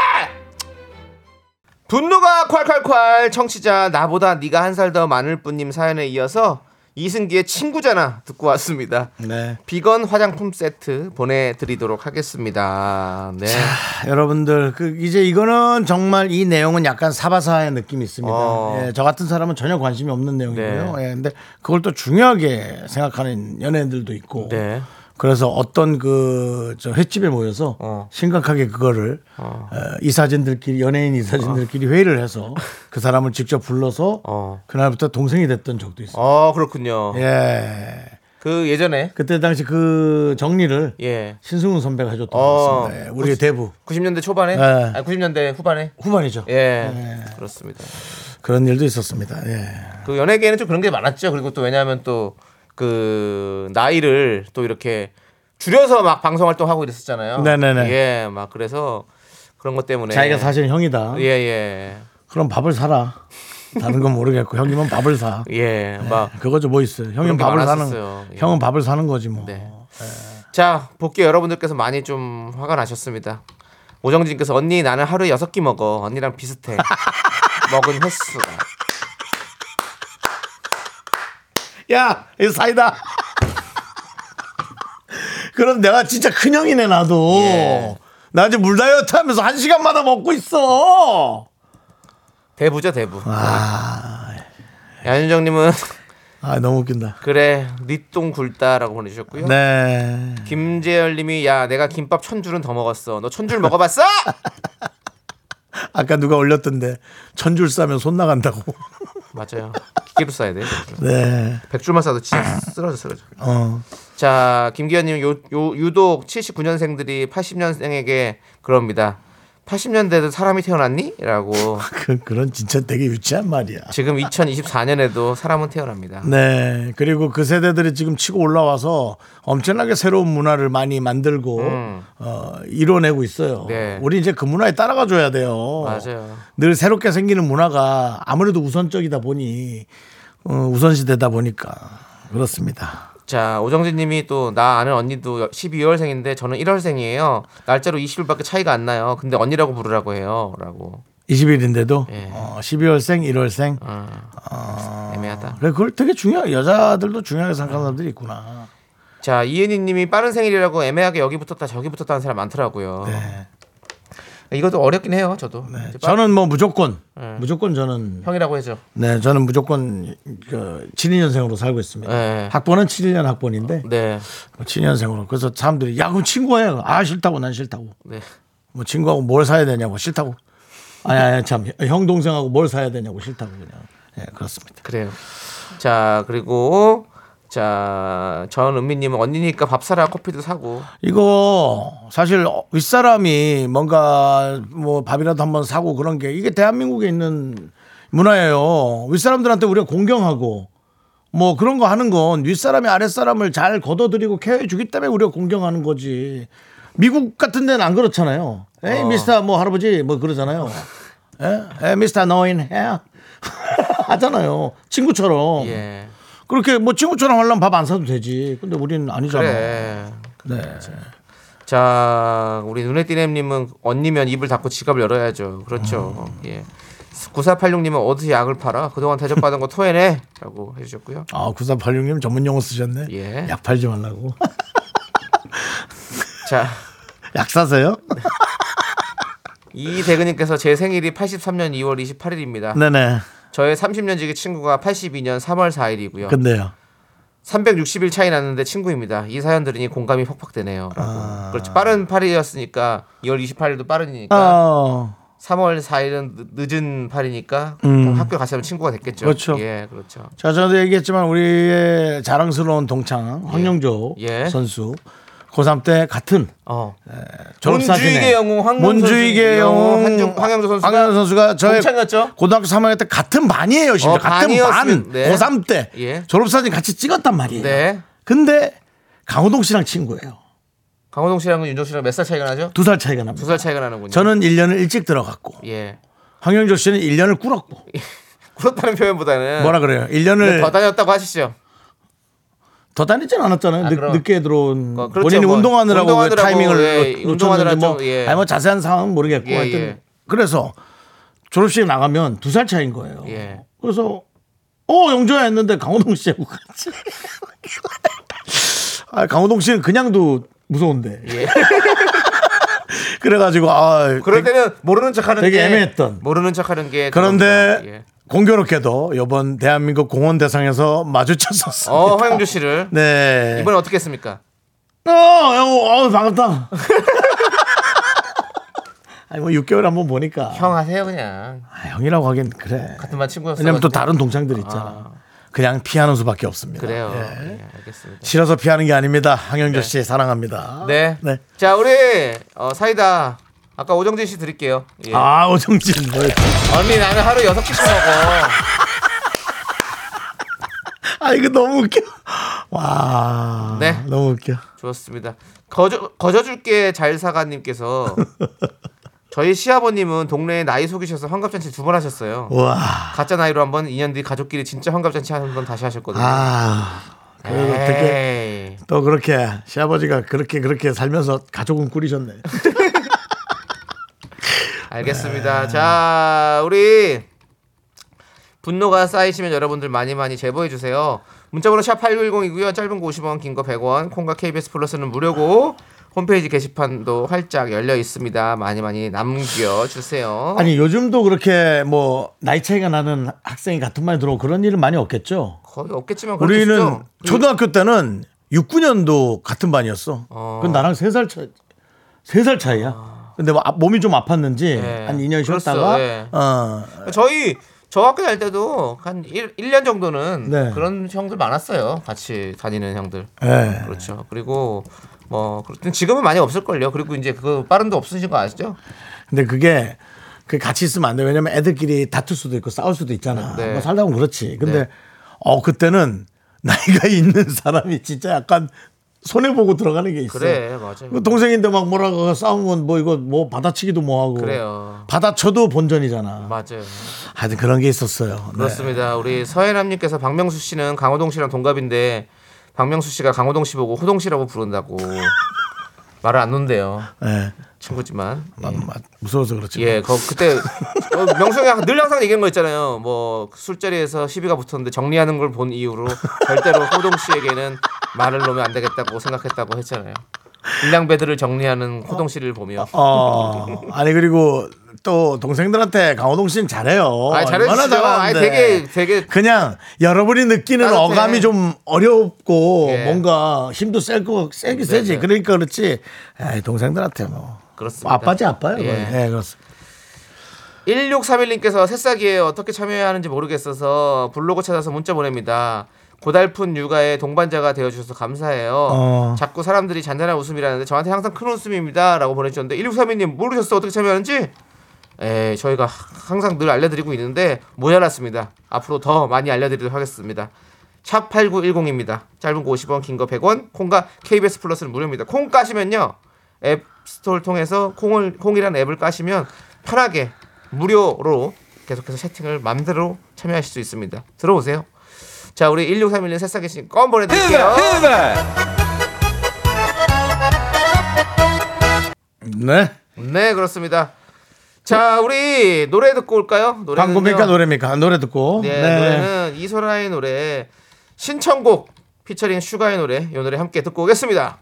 B: 분노가 콸콸콸 청취자 나보다 네가 한 살 더 많을 뿐님 사연에 이어서 이승기의 친구잖아 듣고 왔습니다
A: 네.
B: 비건 화장품 세트 보내드리도록 하겠습니다 네
A: 자, 여러분들 그 이제 이거는 정말 이 내용은 약간 사바사의 느낌이 있습니다.
B: 어.
A: 예, 저 같은 사람은 전혀 관심이 없는 내용이고요. 그 예, 근데 그걸 또 중요하게 생각하는 연예인들도 있고.
B: 네.
A: 그래서 어떤 그저 횟집에 모여서
B: 어.
A: 심각하게 그거를 어, 이사진들끼리 연예인 이사진들끼리 회의를 해서 그 사람을 직접 불러서
B: 어.
A: 그날부터 동생이 됐던 적도 있어요.
B: 어 그렇군요
A: 예.
B: 그 예전에
A: 그때 당시 그 정리를
B: 예
A: 신승훈 선배가 해줬던
B: 어.
A: 것 같습니다. 예, 우리의 대부
B: 90년대 초반에?
A: 예.
B: 아니 90년대 후반에?
A: 후반이죠.
B: 예,
A: 네.
B: 그렇습니다.
A: 그런 일도 있었습니다. 예.
B: 그 연예계에는 좀 그런 게 많았죠. 그리고 또 왜냐하면 또 그 나이를 또 이렇게 줄여서 막 방송 활동하고 이랬었잖아요.
A: 네네네.
B: 예, 막 그래서 그런 것 때문에
A: 자기가 사실 형이다.
B: 네. 예, 예,
A: 그럼 밥을 사라. 다른 건 모르겠고 형님은 밥을 사.
B: 예, 막
A: 그거죠 뭐 있어요. 형은
B: 그런 게
A: 밥을
B: 많았었어요.
A: 사는
B: 예.
A: 형은 밥을 사는 거지 뭐.
B: 네. 자, 복귀 여러분들께서 많이 좀 화가 나셨습니다. 오정진께서 언니 나는 하루에 여섯 끼 먹어. 언니랑 비슷해. 먹은 횟수가.
A: 야, 이 사이다. 그럼 내가 진짜 큰 형이네 나도.
B: 예.
A: 나 이제 물 다이어트 하면서 한 시간마다 먹고 있어.
B: 대부죠 대부. 아... 양윤정님은
A: 아, 너무 웃긴다.
B: 네. 그래 니똥 굴다라고 보내주셨고요.
A: 네.
B: 김재열님이 야 내가 김밥 천 줄은 더 먹었어. 너 천 줄 먹어봤어?
A: 아까 누가 올렸던데 천줄 싸면 손 나간다고.
B: 맞아요. 기계로 싸야 돼.
A: 네.
B: 백 줄만 싸도 진짜 쓰러져 쓰러져.
A: 어.
B: 자, 김기현님 요, 요 유독 79년생들이 80년생에게 그럽니다. 80년대도 사람이 태어났니?라고
A: 그 그런 진짜 되게 유치한 말이야.
B: 지금 2024년에도 사람은 태어납니다.
A: 네. 그리고 그 세대들이 지금 치고 올라와서 엄청나게 새로운 문화를 많이 만들고 어, 이뤄내고 있어요.
B: 음. 네.
A: 우리 이제 그 문화에 따라가 줘야 돼요.
B: 맞아요.
A: 늘 새롭게 생기는 문화가 아무래도 우선적이다 보니 어, 우선시되다 보니까 그렇습니다.
B: 자, 오정진님이 또 나 아는 언니도 12월생인데 저는 1월생이에요. 날짜로 20일밖에 차이가 안 나요. 근데 언니라고 부르라고 해요.라고
A: 20일인데도
B: 예.
A: 어, 12월생, 1월생.
B: 아. 애매하다.
A: 아, 그래 그걸 되게 중요. 여자들도 중요하게 생각하는 사람들이 있구나.
B: 자, 이은희님이 빠른 생일이라고 애매하게 여기 붙었다 저기 붙었다 하는 사람 많더라고요.
A: 네.
B: 이것도 어렵긴 해요. 저도
A: 네.
B: 이제 빠- 네.
A: 저는 뭐 무조건 무조건 저는
B: 형이라고 해죠.
A: 네 저는 무조건 그 72년생으로 살고 있습니다.
B: 네.
A: 학번은 71년 학번인데
B: 네,
A: 72년생으로 그래서 사람들이 야 그럼 친구예요. 아 싫다고 난 싫다고.
B: 네.
A: 뭐 친구하고 뭘 사야 되냐고 싫다고. 아니 아니 참 형 동생하고 뭘 사야 되냐고 싫다고 그냥. 예 그렇습니다.
B: 그래요. 자 그리고 자 전은미님은 언니니까 밥 사라 커피도 사고
A: 이거 사실 윗사람이 뭔가 뭐 밥이라도 한번 사고 그런 게 이게 대한민국에 있는 문화예요. 윗사람들한테 우리가 공경하고 뭐 그런 거 하는 건 윗사람이 아랫사람을 잘 걷어들이고 케어해 주기 때문에 우리가 공경하는 거지. 미국 같은 데는 안 그렇잖아요. 에이
B: 어.
A: 미스터 뭐 할아버지 뭐 그러잖아요. 에? 에이 미스터 노인 해 하잖아요. 친구처럼.
B: 예
A: 그렇게 뭐 친구처럼 하려면 밥 안 사도 되지. 근데 우리는 아니잖아요.
B: 그래
A: 네.
B: 자 우리 눈에 띄nem님은 언니면 입을 닫고 지갑을 열어야죠 그렇죠
A: 음.
B: 예 9486님은 어디서 약을 팔아 그동안 대접받은 거 토해내라고 해주셨고요
A: 아, 9486님 전문 용어 쓰셨네.
B: 예.
A: 약 팔지 말라고.
B: 자
A: 약 사세요?
B: 이대근님께서 제 생일이 83년 2월 28일입니다
A: 네네.
B: 저의 30년 지기 친구가 82년 3월 4일이고요
A: 근데요.
B: 360일 차이 났는데 친구입니다. 이 사연 들으니 공감이 팍팍 되네요. 라고. 그렇죠. 빠른 8일이었으니까 2월 28일도 빠르니까
A: 아. 아,
B: 3월 4일은 늦은 8이니까 학교 갔으면 친구가
A: 음.
B: 됐겠죠.
A: 그렇죠.
B: 예, 그렇죠.
A: 자, 저도 얘기했지만 우리의 자랑스러운 동창 황영조
B: 예.
A: 선수 고3 때 같은
B: 어.
A: 졸업사진에
B: 문주익의 영웅, 황금
A: 문주익의
B: 선수의 영웅,
A: 영웅
B: 한중- 황영조 선수가
A: 황영조 선수가 저의
B: 동창이었죠?
A: 고등학교 3학년 때 같은 반이에요, 심지어
B: 어,
A: 같은 반
B: 반이었으면- 네.
A: 고3 때
B: 예.
A: 졸업사진 같이 찍었단 말이에요.
B: 네.
A: 근데 강호동 씨랑 친구예요.
B: 강호동 씨랑은 윤종 씨랑 몇 살 차이가 나죠?
A: 두 살 차이가 납니다.
B: 두 살 차이가 나는군요.
A: 저는 1년을 일찍 들어갔고
B: 예.
A: 황영조 씨는 1년을 꿇었고
B: 그렇다는 표현보다는 네,
A: 뭐라 그래요? 1년을
B: 더
A: 더,
B: 다녔다고 하시죠.
A: 다니진 않았잖아요.
B: 아,
A: 늦,
B: 그럼.
A: 늦게 들어온
B: 어, 그렇죠.
A: 본인이
B: 뭐,
A: 운동하느라고,
B: 운동하느라고,
A: 타이밍을
B: 예,
A: 놓- 놓쳤는지
B: 운동하느라
A: 뭐,
B: 좀, 예.
A: 아니 뭐 자세한 상황은 모르겠고
B: 예,
A: 하여튼
B: 예.
A: 그래서 졸업식 나가면 두 살 차인 거예요.
B: 예.
A: 그래서 어 영조야 했는데 강호동 씨하고 같이 아, 강호동 씨는 그냥도 무서운데
B: 예.
A: 그래가지고 아
B: 그럴 때는 모르는 척하는
A: 되게
B: 게
A: 애매했던.
B: 모르는 척하는 게
A: 그런데
B: 그겁니다. 예.
A: 공교롭게도 이번 대한민국 공원 대상에서 마주쳤었습니다.
B: 어 황영조 씨를
A: 네.
B: 이번에 어떻게 했습니까?
A: 어, 어, 어 반갑다. 아니 뭐 6개월 한 번 보니까
B: 형 하세요 그냥
A: 아, 형이라고 하긴 그래.
B: 같은 반 친구였어.
A: 왜냐면 또 다른 동창들 있잖아. 그냥 피하는 수밖에 없습니다.
B: 그래요.
A: 예.
B: 예, 알겠습니다.
A: 싫어서 피하는 게 아닙니다. 황영조 씨 사랑합니다.
B: 네.
A: 네.
B: 자 우리 어, 사이다 아까 오정진 씨 드릴게요. 예.
A: 아 오정진 뭐
B: 언니 나는 하루 여섯 끼씩 먹어.
A: 아 이거 너무 웃겨. 와.
B: 네.
A: 너무 웃겨.
B: 좋았습니다. 거저 거저줄게 잘 사가님께서 저희 시아버님은 동네에 나이 속이셔서 환갑잔치 두 번 하셨어요.
A: 와.
B: 가짜 나이로 한번 2년 뒤 가족끼리 진짜 환갑잔치 한 번 다시 하셨거든요.
A: 아. 그래도
B: 네.
A: 되게
B: 에이.
A: 또 그렇게 시아버지가 그렇게 그렇게 살면서 가족은 꾸리셨네.
B: 알겠습니다.
A: 네.
B: 자, 우리 분노가 쌓이시면 여러분들 많이 많이 제보해 주세요. 문자번호 샵 8910이고요. 짧은 거 50원, 긴 거 100원. 콩과 KBS 플러스는 무료고 홈페이지 게시판도 활짝 열려 있습니다. 많이 많이 남겨주세요.
A: 아니 요즘도 그렇게 뭐 나이 차이가 나는 학생이 같은 반에 들어오고 그런 일은 많이 없겠죠.
B: 거의 없겠지만
A: 우리는
B: 어, 그렇겠죠? 음.
A: 초등학교 때는 6, 9년도 같은 반이었어.
B: 어.
A: 그건 나랑 3살 차이, 3살 차이야. 근데 뭐 아- 몸이 좀 아팠는지
B: 예.
A: 한 2년
B: 그랬어,
A: 쉬었다가
B: 예.
A: 어,
B: 저희 저 학교 다닐 때도 한 1, 일년 정도는
A: 네.
B: 그런 형들 많았어요. 같이 다니는 형들.
A: 예.
B: 그렇죠. 그리고 뭐 그렇든 지금은 많이 없을걸요. 그리고 이제 그 빠른도 없으신 거 아시죠?
A: 근데 그게 그 같이 있으면 안 돼. 왜냐면 애들끼리 다툴 수도 있고 싸울 수도 있잖아.
B: 네.
A: 뭐 살다 보면 그렇지. 근데
B: 네.
A: 어 그때는 나이가 있는 사람이 진짜 약간 손해 보고 들어가는 게 있어.
B: 그래, 맞아요.
A: 그 동생인데 막 뭐라고 싸우면 뭐 이거 뭐 받아치기도 뭐하고.
B: 그래요.
A: 받아쳐도 본전이잖아.
B: 맞아요.
A: 하여튼 그런 게 있었어요. 네.
B: 그렇습니다. 우리 서해남님께서 박명수 씨는 강호동 씨랑 동갑인데 박명수 씨가 강호동 씨 보고 호동 씨라고 부른다고 말을 안 놓는데요.
A: 예.
B: 친구지만.
A: 막- 막 무서워서 그렇지.
B: 예, 거, 그때 어, 명성이 항상- 늘 항상 얘기한 거 있잖아요. 뭐 술자리에서 시비가 붙었는데 정리하는 걸 본 이후로 절대로 호동 씨에게는 말을 놓으면 안 되겠다고 생각했다고 했잖아요. 일량 배들을 정리하는 호동 씨를 보며
A: 어 아니 그리고 또 동생들한테 강호동 씨는 잘해요.
B: 아니, 잘해주시죠.
A: 어, 얼마나 잘하는데.
B: 아니, 되게- 되게-
A: 그냥 여러분이 느끼는
B: 따뜻해.
A: 어감이 좀 어렵고
B: 예. 네,
A: 뭔가 힘도 셀거 세기 세지. 그러니까 그렇지. 에이, 동생들한테 뭐.
B: 그렇습니다.
A: 뭐 아빠지 아빠요.
B: 예.
A: 예, 예 그렇습니다.
B: 1631님께서 새싹이에 어떻게 참여해야 하는지 모르겠어서 블로그 찾아서 문자 보냅니다. 고달픈 육아의 동반자가 되어주셔서 감사해요.
A: 어.
B: 자꾸 사람들이 잔잔한 웃음이라는데 저한테 항상 큰 웃음입니다. 라고 보내주셨는데 1631님 모르셨어 어떻게 참여하는지? 에 예, 저희가 항상 늘 알려드리고 있는데 못 알았습니다. 앞으로 더 많이 알려드리도록 하겠습니다. 샵 8910입니다. 짧은 거 50원, 긴 거 100원. 콩과 KBS 플러스는 무료입니다. 콩 까시면요. 앱 스토어를 통해서 콩을 콩이라는 앱을 까시면 편하게 무료로 계속해서 채팅을 맘대로 참여하실 수 있습니다. 들어오세요. 자, 우리 1631님 새싹이 씨껌 보내 드릴게요.
A: 네.
B: 네, 그렇습니다. 자, 우리 노래 듣고 올까요? 노래는요.
A: 광고입니까 노래입니까? 노래 듣고.
B: 네, 노래는 이소라의 노래 신청곡 피처링 슈가의 노래 이 노래 함께 듣고 오겠습니다.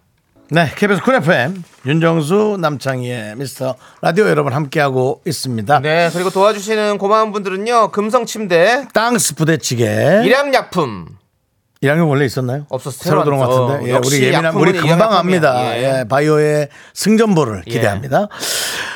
A: 네, KBS 쿨 FM 윤정수 남창희의 미스터 라디오 여러분 함께하고 있습니다.
B: 네, 그리고 도와주시는 고마운 분들은요. 금성 침대,
A: 땅스
B: 네. 예.
A: 부대찌개
B: 일양약품
A: 일양용 원래 있었나요?
B: 없었어요.
A: 새로 들어온 것 같은데
B: 어,
A: 예,
B: 역시
A: 우리 예민한
B: 약품은
A: 우리 금방
B: 일양약품이야.
A: 압니다.
B: 예.
A: 예, 바이오의 승전보를
B: 예.
A: 기대합니다.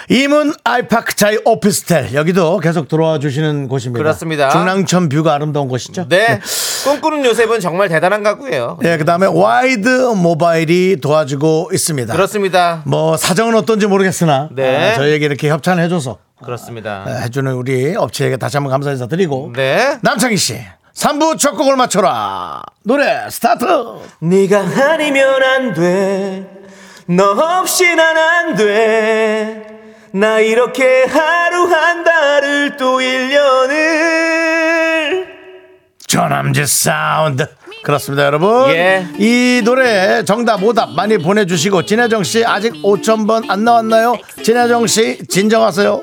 A: 이문 알파크 자이 오피스텔 여기도 계속 들어와 주시는 곳입니다.
B: 그렇습니다.
A: 중랑천 뷰가 아름다운 곳이죠.
B: 네, 꿈꾸는 요셉은 정말 대단한 가구예요.
A: 예, 그다음에 와이드 모바일이 도와주고 있습니다.
B: 그렇습니다.
A: 뭐 사정은 어떤지 모르겠으나
B: 네.
A: 아, 저희에게 이렇게 협찬을 해줘서 아,
B: 그렇습니다.
A: 해주는 우리 업체에게 다시 한번 감사 인사 드리고
B: 네.
A: 남창희 씨 3부 첫 곡을 맞춰라 노래 스타트
B: 네가 아니면 안 돼. 너 없이 난 안 돼. 나 이렇게 하루 한 달을 또 1년을
A: 전남지 사운드 그렇습니다 여러분
B: 예.
A: 이 노래 정답 오답 많이 보내주시고 진혜정 씨 아직 5천 번 안 나왔나요 진혜정 씨 진정하세요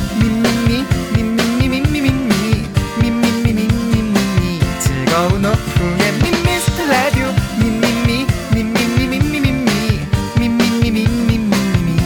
C: 미미미 미미미 미미미 미미미 미미미 즐거운 오후에 미스터 라디오 미미미 미미미 미미미 미미미 미미미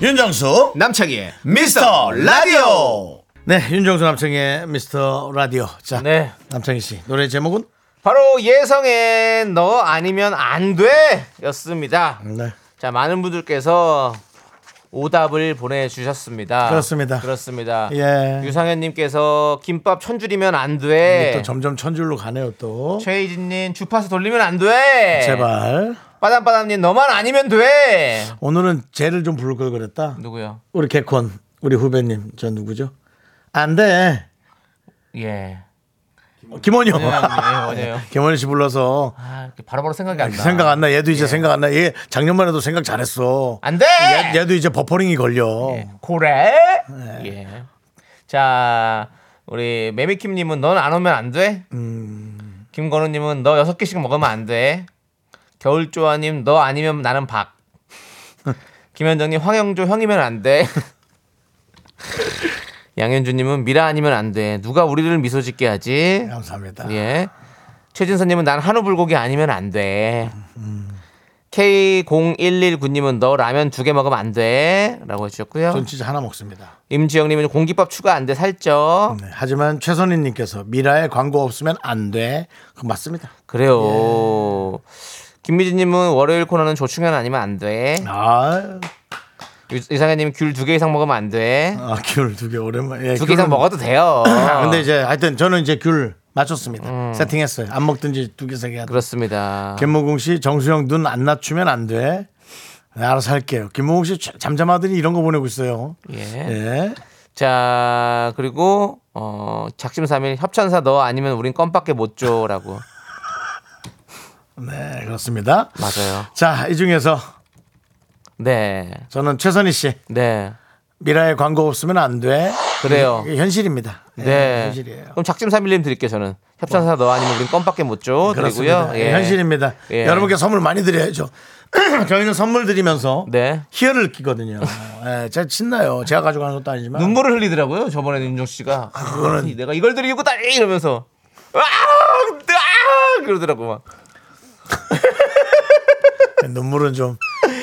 A: 윤정수
B: 남창희의
A: 미스터 라디오 네 윤정수 남창희의 미스터 라디오 자
B: 네.
A: 남창희 씨 노래 제목은
B: 바로 예성의 너 아니면 안 돼! 였습니다.
A: 네
B: 자, 많은 분들께서 오답을 보내주셨습니다.
A: 그렇습니다.
B: 그렇습니다.
A: 예.
B: 유상현님께서 김밥 천줄이면 안 돼.
A: 또 점점 천줄로 가네요 또
B: 최희진님 주파수 돌리면 안 돼.
A: 제발
B: 빠담빠담님 너만 아니면 돼.
A: 오늘은 쟤를 좀 부를 걸 그랬다
B: 누구요?
A: 우리 개콘 우리 후배님 저 누구죠? 안돼
B: 예.
A: 김원효. 네,
B: 원효요.
A: 김원효 씨 불러서
B: 아, 이렇게 바로바로 생각이 안 나.
A: 생각 안 나. 얘도
B: 네.
A: 이제 생각 안 나. 얘 작년만 해도 생각 잘했어.
B: 안 돼!
A: 얘, 얘도 이제 버퍼링이 걸려.
B: 예. 고래? 예. 자, 우리 매미킴님은 넌 안 오면 안 돼? 김건우님은 너 여섯 개씩 먹으면 안 돼. 겨울조아님 너 아니면 나는 박. 김현정님 황영조 형이면 안 돼. 양현주님은 미라 아니면 안 돼. 누가 우리를 미소 짓게 하지?
A: 감사합니다.
B: 예. 최진선님은 난 한우 불고기 아니면 안 돼. K0119님은 너 라면 두 개 먹으면 안 돼. 라고 해주셨고요.
A: 전 진짜 하나 먹습니다.
B: 임지영님은 공깃밥 추가 안 돼, 살쪄.
A: 네, 하지만 최선희님께서 미라에 광고 없으면 안 돼. 그 맞습니다. 예.
B: 그래요. 김미진님은 월요일 코너는 조충현 아니면 안 돼.
A: 아,
B: 이상현님 귤 두 개 이상 먹으면 안 돼.
A: 아 귤 두 개 오랜만에. 예,
B: 두 개 이상
A: 귤은-
B: 먹어도 돼요.
A: 아, 근데 이제 하여튼 저는 이제 귤 맞췄습니다.
B: 음.
A: 세팅했어요. 안 먹든지 두 개, 세 개. 하든.
B: 그렇습니다.
A: 김무궁 씨, 정수영 눈 안 낮추면 안 돼. 네, 알아서 할게요. 김무궁 씨 자- 잠잠하더니 이런 거 보내고 있어요.
B: 예.
A: 예.
B: 자 그리고 어 작심삼일 협찬사 너 아니면 우린 껌밖에 못 줘라고
A: 네, 그렇습니다.
B: 맞아요.
A: 자, 이 중에서
B: 네,
A: 저는 최선희 씨
B: 네,
A: 미라에 광고 없으면 안 돼.
B: 그래요.
A: 이게 현실입니다. 예,
B: 네.
A: 현실이에요.
B: 그럼 작심삼일님 드릴게요 저는 협찬사 너 아니면 우린 껌밖에 못 줘 드리고요.
A: 그렇습니다. 예, 현실입니다.
B: 예.
A: 여러분께 선물 많이 드려야죠. 저희는 선물 드리면서
B: 네.
A: 희열을 끼거든요. 예, 제가 신나요. 제가 가져가는 것도 아니지만
B: 눈물을 흘리더라고요 저번에 윤종 씨가 아니, 내가 이걸 드리고 다 이러면서 아, 아 그러더라고 막.
A: 눈물은 좀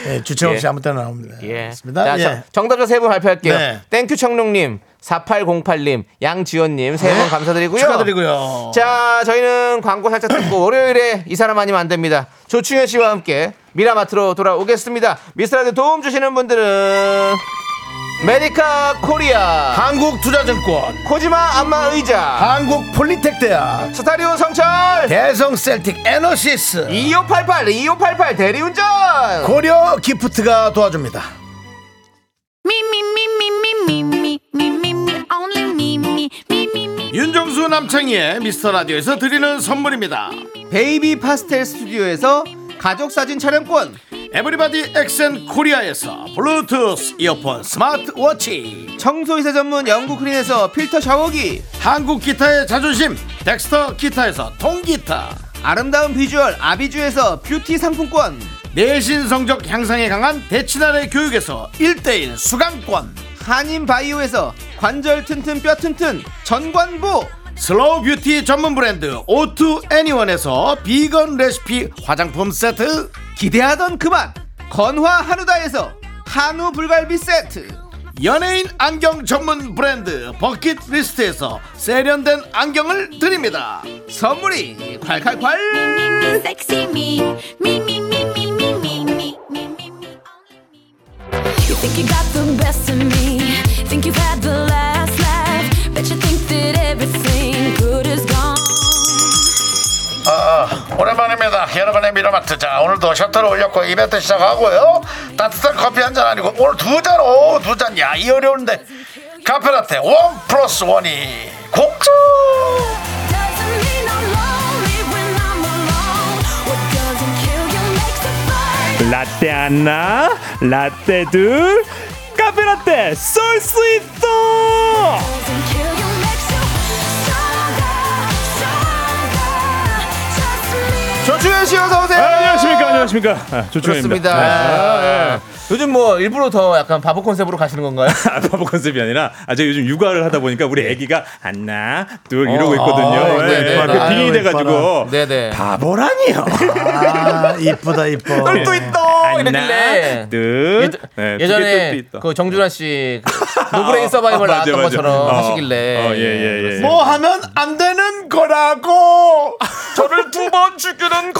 A: 예, 주체 없이
B: 예.
A: 아무 때나 나옵니다.
B: 예.
A: 그렇습니다.
B: 자,
A: 예.
B: 자, 정답자 세 분 발표할게요.
A: 네.
B: 땡큐 청룡님, 4808님, 양지원님 세 분
A: 네.
B: 감사드리고요.
A: 축하드리고요.
B: 자, 저희는 광고 살짝 듣고 월요일에 이 사람 아니면 안 됩니다. 조충현 씨와 함께 미라마트로 돌아오겠습니다. 미스라드 도움 주시는 분들은 메디카 코리아,
A: 한국투자증권,
B: 코지마 안마 의자,
A: 한국폴리텍대학,
B: 스타리온 성철,
A: 대성셀틱 에너시스,
B: 2588, 2588 대리운전.
A: 고려 기프트가 도와줍니다.
D: Me, me, me, me, me, me, me, me, me, me, only me, me, me, me, me.
A: 윤정수 남창희의 미스터 라디오에서 드리는 선물입니다.
B: 베이비 파스텔 스튜디오에서 가족 사진 촬영권.
A: 에브리바디 엑센 코리아에서 블루투스 이어폰 스마트워치,
B: 청소이사 전문 영국크린에서 필터 샤워기
A: 한국 기타의 자존심, 덱스터 기타에서 통기타,
B: 아름다운 비주얼 아비주에서 뷰티 상품권
A: 내신 성적 향상에 강한 대치나래 교육에서 1대1 수강권,
B: 한인 바이오에서 관절 튼튼 뼈 튼튼 전관보
A: 슬로우 뷰티 전문 브랜드 오투 애니원에서 비건 레시피 화장품 세트
B: 기대하던 그만 건화 한우다에서 한우 불갈비 세트
A: 연예인 안경 전문 브랜드 버킷리스트에서 세련된 안경을 드립니다
B: 선물이 콸콸콸
D: Me, me, sexy me. Me, me, me, me, me, me, me, me, me, me, only me.
E: You think you got the best of me. Think you've had the last laugh. Bet you think that everything good is gone.
A: 어, 오랜만입니다 여러분의 미라마트 자 오늘도 셔터를 올렸고 이벤트 시작하고요 따뜻한 커피 한 잔 아니고 오늘 두잔오두잔야이 어려운데 카페라테 원 플러스 원이 공짜
E: Doesn't mean I'm lonely when I'm alone. What doesn't kill you makes a fire.
F: 라떼 하나, 라떼 둘, 카페라떼 쏠 수 있어!
E: Doesn't kill you makes you stronger, stronger. Trust me.
B: 조충현 씨 어서 오세요
F: 아, 안녕하십니까, 안녕하십니까. 아, 조충현입니다. 네.
B: 그렇습니다 요즘 뭐 일부러 더 약간 바보 컨셉으로 가시는 건가요?
F: 아, 바보 컨셉이 아니라 아, 제가 요즘 육아를 하다 보니까 우리 아기가 하나, 둘 이러고 있거든요.
B: 아,
F: 예,
B: 네네.
F: 막
B: 아유,
F: 그 빙이 돼가지고
B: 네네
F: 바보라니요.
A: 아 이쁘다 이뻐
B: 똘또 있다
F: 하나,
B: 어, 이러길래
F: 둘, 네,
B: 예, 전
F: 두
B: 에
F: 개 똘똘 있다.
B: 그 정준하 씨그 노브레인 서바이벌
F: 아,
B: 나왔던
F: 맞아, 맞아.
B: 것처럼
F: 어,
B: 하시길래 네.
F: 어, 예, 예, 예.
A: 뭐 하면 안 되는 거라고
B: 저를 두 번 죽이는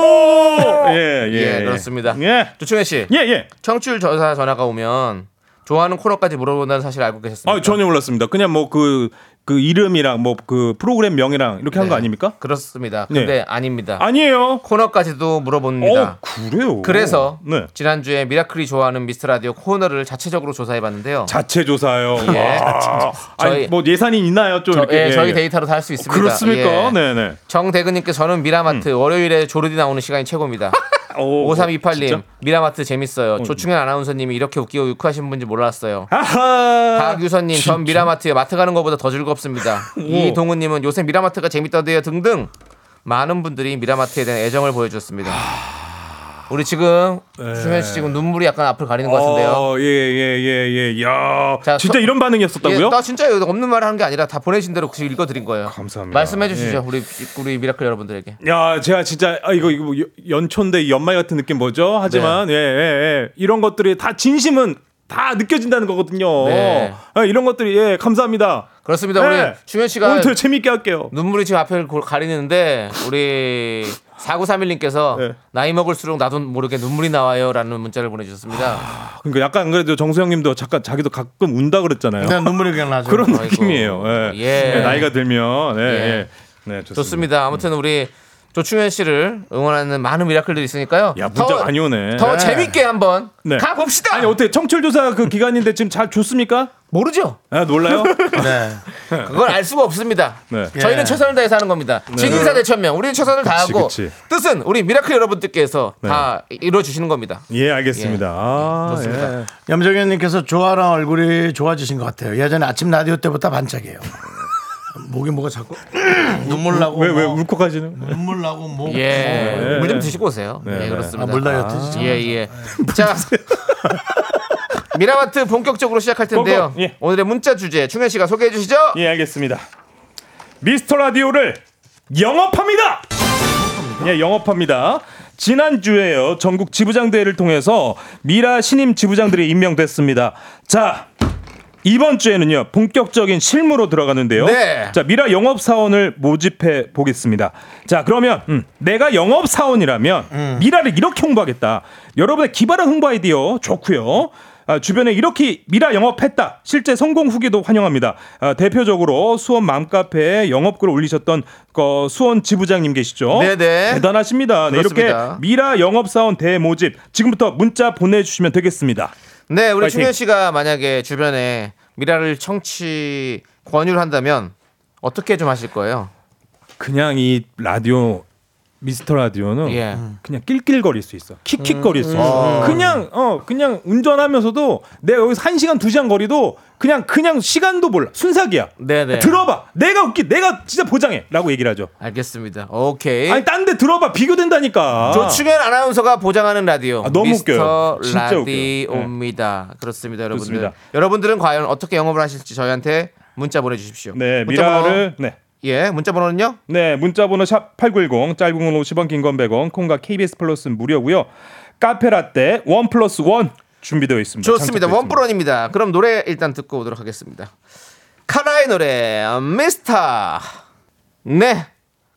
F: 거라고. 예, 예,
B: 예, 그렇습니다.
F: 예,
B: 조충현 씨
F: 예, 예.
B: 청취율 조사 전화가 오면 좋아하는 코너까지 물어본다는 사실 알고 계셨습니까?
F: 아 전혀 몰랐습니다. 그냥 뭐 그 그 이름이랑 뭐 그 프로그램 명이랑 이렇게 한 거
B: 네.
F: 아닙니까?
B: 그렇습니다. 근데
F: 네.
B: 아닙니다.
F: 아니에요.
B: 코너까지도
F: 어
B: 물어봅니다.
F: 그래요.
B: 그래서
F: 네.
B: 지난주에 미라클이 좋아하는 미스터 라디오 코너를 자체적으로 조사해봤는데요.
F: 자체 조사요.
B: 예.
F: 와. 아니
B: 저희-
F: 뭐 예산이 있나요? 좀
B: 저,
F: 이렇게
B: 예,
F: 예,
B: 저희
F: 예.
B: 데이터로 다 할 수 있습니다.
F: 그렇습니까?
B: 예.
F: 네네. 음.
B: 정대근님께 저는 미라마트 월요일에 조르디 나오는 시간이 최고입니다.
F: 오, 뭐,
B: 5328님
F: 진짜?
B: 미라마트 재밌어요. 조충현 아나운서님이 이렇게 웃기고 유쾌하신 분지 몰랐어요.
F: 아하.
B: 박유선님 전 미라마트에 마트 가는 것보다 더 즐겁습니다. 이동훈님은 요새 미라마트가 재밌다대요 등등 많은 분들이 미라마트에 대한 애정을 보여주셨습니다. 우리 지금
F: 네.
B: 수현 씨 지금 눈물이 약간 앞을 가리는
F: 어,
B: 것 같은데요.
F: 예, 예예예 예. 야.
B: 자,
F: 진짜
B: 서-
F: 이런 반응이었었다고요?
B: 예, 나 진짜 여기 없는 말을 하는 게 아니라 다 보내신 대로 그냥 읽어드린 거예요.
F: 감사합니다. 예.
B: 말씀해 주시죠 우리 우리 미라클 여러분들에게.
F: 야, 제가 진짜 아, 이거 이거 뭐 연- 연초인데 연말 같은 느낌 뭐죠?
B: 네.
F: 하지만 예, 예, 예. 이런 것들이 다 진심은 다 느껴진다는 거거든요.
B: 네.
F: 아, 이런 것들이 예, 감사합니다.
B: 그렇습니다.
F: 예.
B: 우리 충현 씨가
F: 오늘 더 재밌게 할게요.
B: 눈물이 지금 앞을 골- 가리는데 우리 4931님께서
F: 네.
B: 나이 먹을수록 나도 모르게 눈물이 나와요라는 문자를 보내주셨습니다.
F: 그러니까 약간 안 그래도 정수영 님도 잠깐 자기도 가끔 운다 그랬잖아요.
A: 그냥 눈물이 그냥 나죠.
F: 그런
B: 네. 아이고.
F: 느낌이에요. 예.
B: 예.
F: 예, 나이가 들면 예.
B: 예.
F: 예. 네, 좋습니다.
B: 좋습니다. 아무튼 우리 조충현 씨를 응원하는 많은 미라클들이 있으니까요.
F: 야, 문자 많이 오네.
B: 더
F: 네.
B: 재밌게 한번
F: 네.
B: 가봅시다.
F: 아니, 어떻게 청취율 조사 그 기간인데 지금 잘 좋습니까?
B: 모르죠.
F: 아, 놀라요?
A: 네.
B: 그걸 알 수가 없습니다.
F: 네.
B: 저희는
A: 예.
B: 최선을 다해서 하는 겁니다. 진인사 대천명. 우리는 최선을 다하고
F: 그치. 네.
B: 뜻은 우리 미라클 여러분들께서 다 이루어 주시는 겁니다.
F: 예, 알겠습니다. 아,
B: 네, 좋습니다.
F: 예.
A: 염정현님께서 조아라 얼굴이 좋아지신 것 같아요. 예전에 아침 라디오 때보다 반짝이에요. 목이 뭐가 자꾸 눈물 나고
F: 왜, 왜
A: 뭐
F: 울컥하시는?
A: 눈물 나고 뭐
B: 예.
F: 네.
B: 물 좀 드시고 오세요. 예,
F: 네.
B: 그렇습니다.
A: 아, 물 다이어트 진짜.
B: 예, 예. 자. 미라마트 본격적으로 시작할 텐데요.
F: 고고, 예.
B: 오늘의 문자 주제 충현 씨가 소개해 주시죠.
F: 예, 알겠습니다. 미스터 라디오를 영업합니다. 예, 영업합니다. 지난주에요. 전국 지부장 대회를 통해서 미라 신임 지부장들이 임명됐습니다. 자, 이번 주에는요. 본격적인 실무로 들어가는데요.
B: 네.
F: 자, 미라 영업 사원을 모집해 보겠습니다. 자, 그러면 음, 내가 영업 사원이라면 미라를 이렇게 홍보하겠다. 여러분의 기발한 홍보 아이디어 좋고요. 아, 주변에 이렇게 미라 영업했다. 실제 성공 후기도 환영합니다. 아, 대표적으로 수원 맘카페에 영업글 올리셨던 거 수원 지부장님 계시죠?
B: 네네.
F: 어? 대단하십니다. 네, 이렇게
B: 그렇습니다.
F: 미라 영업사원 대모집 지금부터 문자 보내주시면 되겠습니다.
B: 네, 우리
F: 파이팅.
B: 충현 씨가 만약에 주변에 미라를 청취 권유를 한다면 어떻게 좀 하실 거예요?
F: 그냥 이 라디오 미스터 라디오는
B: 예. 음.
F: 그냥 낄낄거릴 수 있어. 킥킥거릴 수 있어. 그냥 어 그냥 운전하면서도 내가 여기서 1시간 2시간 거리도 그냥 그냥 시간도 몰라. 순삭이야.
B: 네네.
F: 들어봐. 내가 웃기. 내가 진짜 보장해라고 얘기를 하죠.
B: 알겠습니다. 오케이.
F: 아니 딴 데 들어봐. 비교된다니까.
B: 조충현 아나운서가 보장하는 라디오.
F: 아, 너무
B: 미스터
F: 웃겨요. 진짜
B: 라디오입니다. 그렇습니다, 여러분들.
F: 좋습니다.
B: 여러분들은 과연 어떻게 영업을 하실지 저희한테 문자 보내 주십시오.
F: 네, 미라를 네.
B: 예, 문자 번호는요?
F: 네, 문자 번호 샵8910 짧은 건 50원, 긴 건 100원. 콩과 KBS 플러스는 무료고요. 카페 라떼 1 플러스 1 준비되어 있습니다.
B: 좋습니다.
F: 네, 장착되어 있습니다.
B: 원뿌런입니다. 그럼 노래 일단 듣고 오도록 하겠습니다. 카라의 노래 미스터. 네.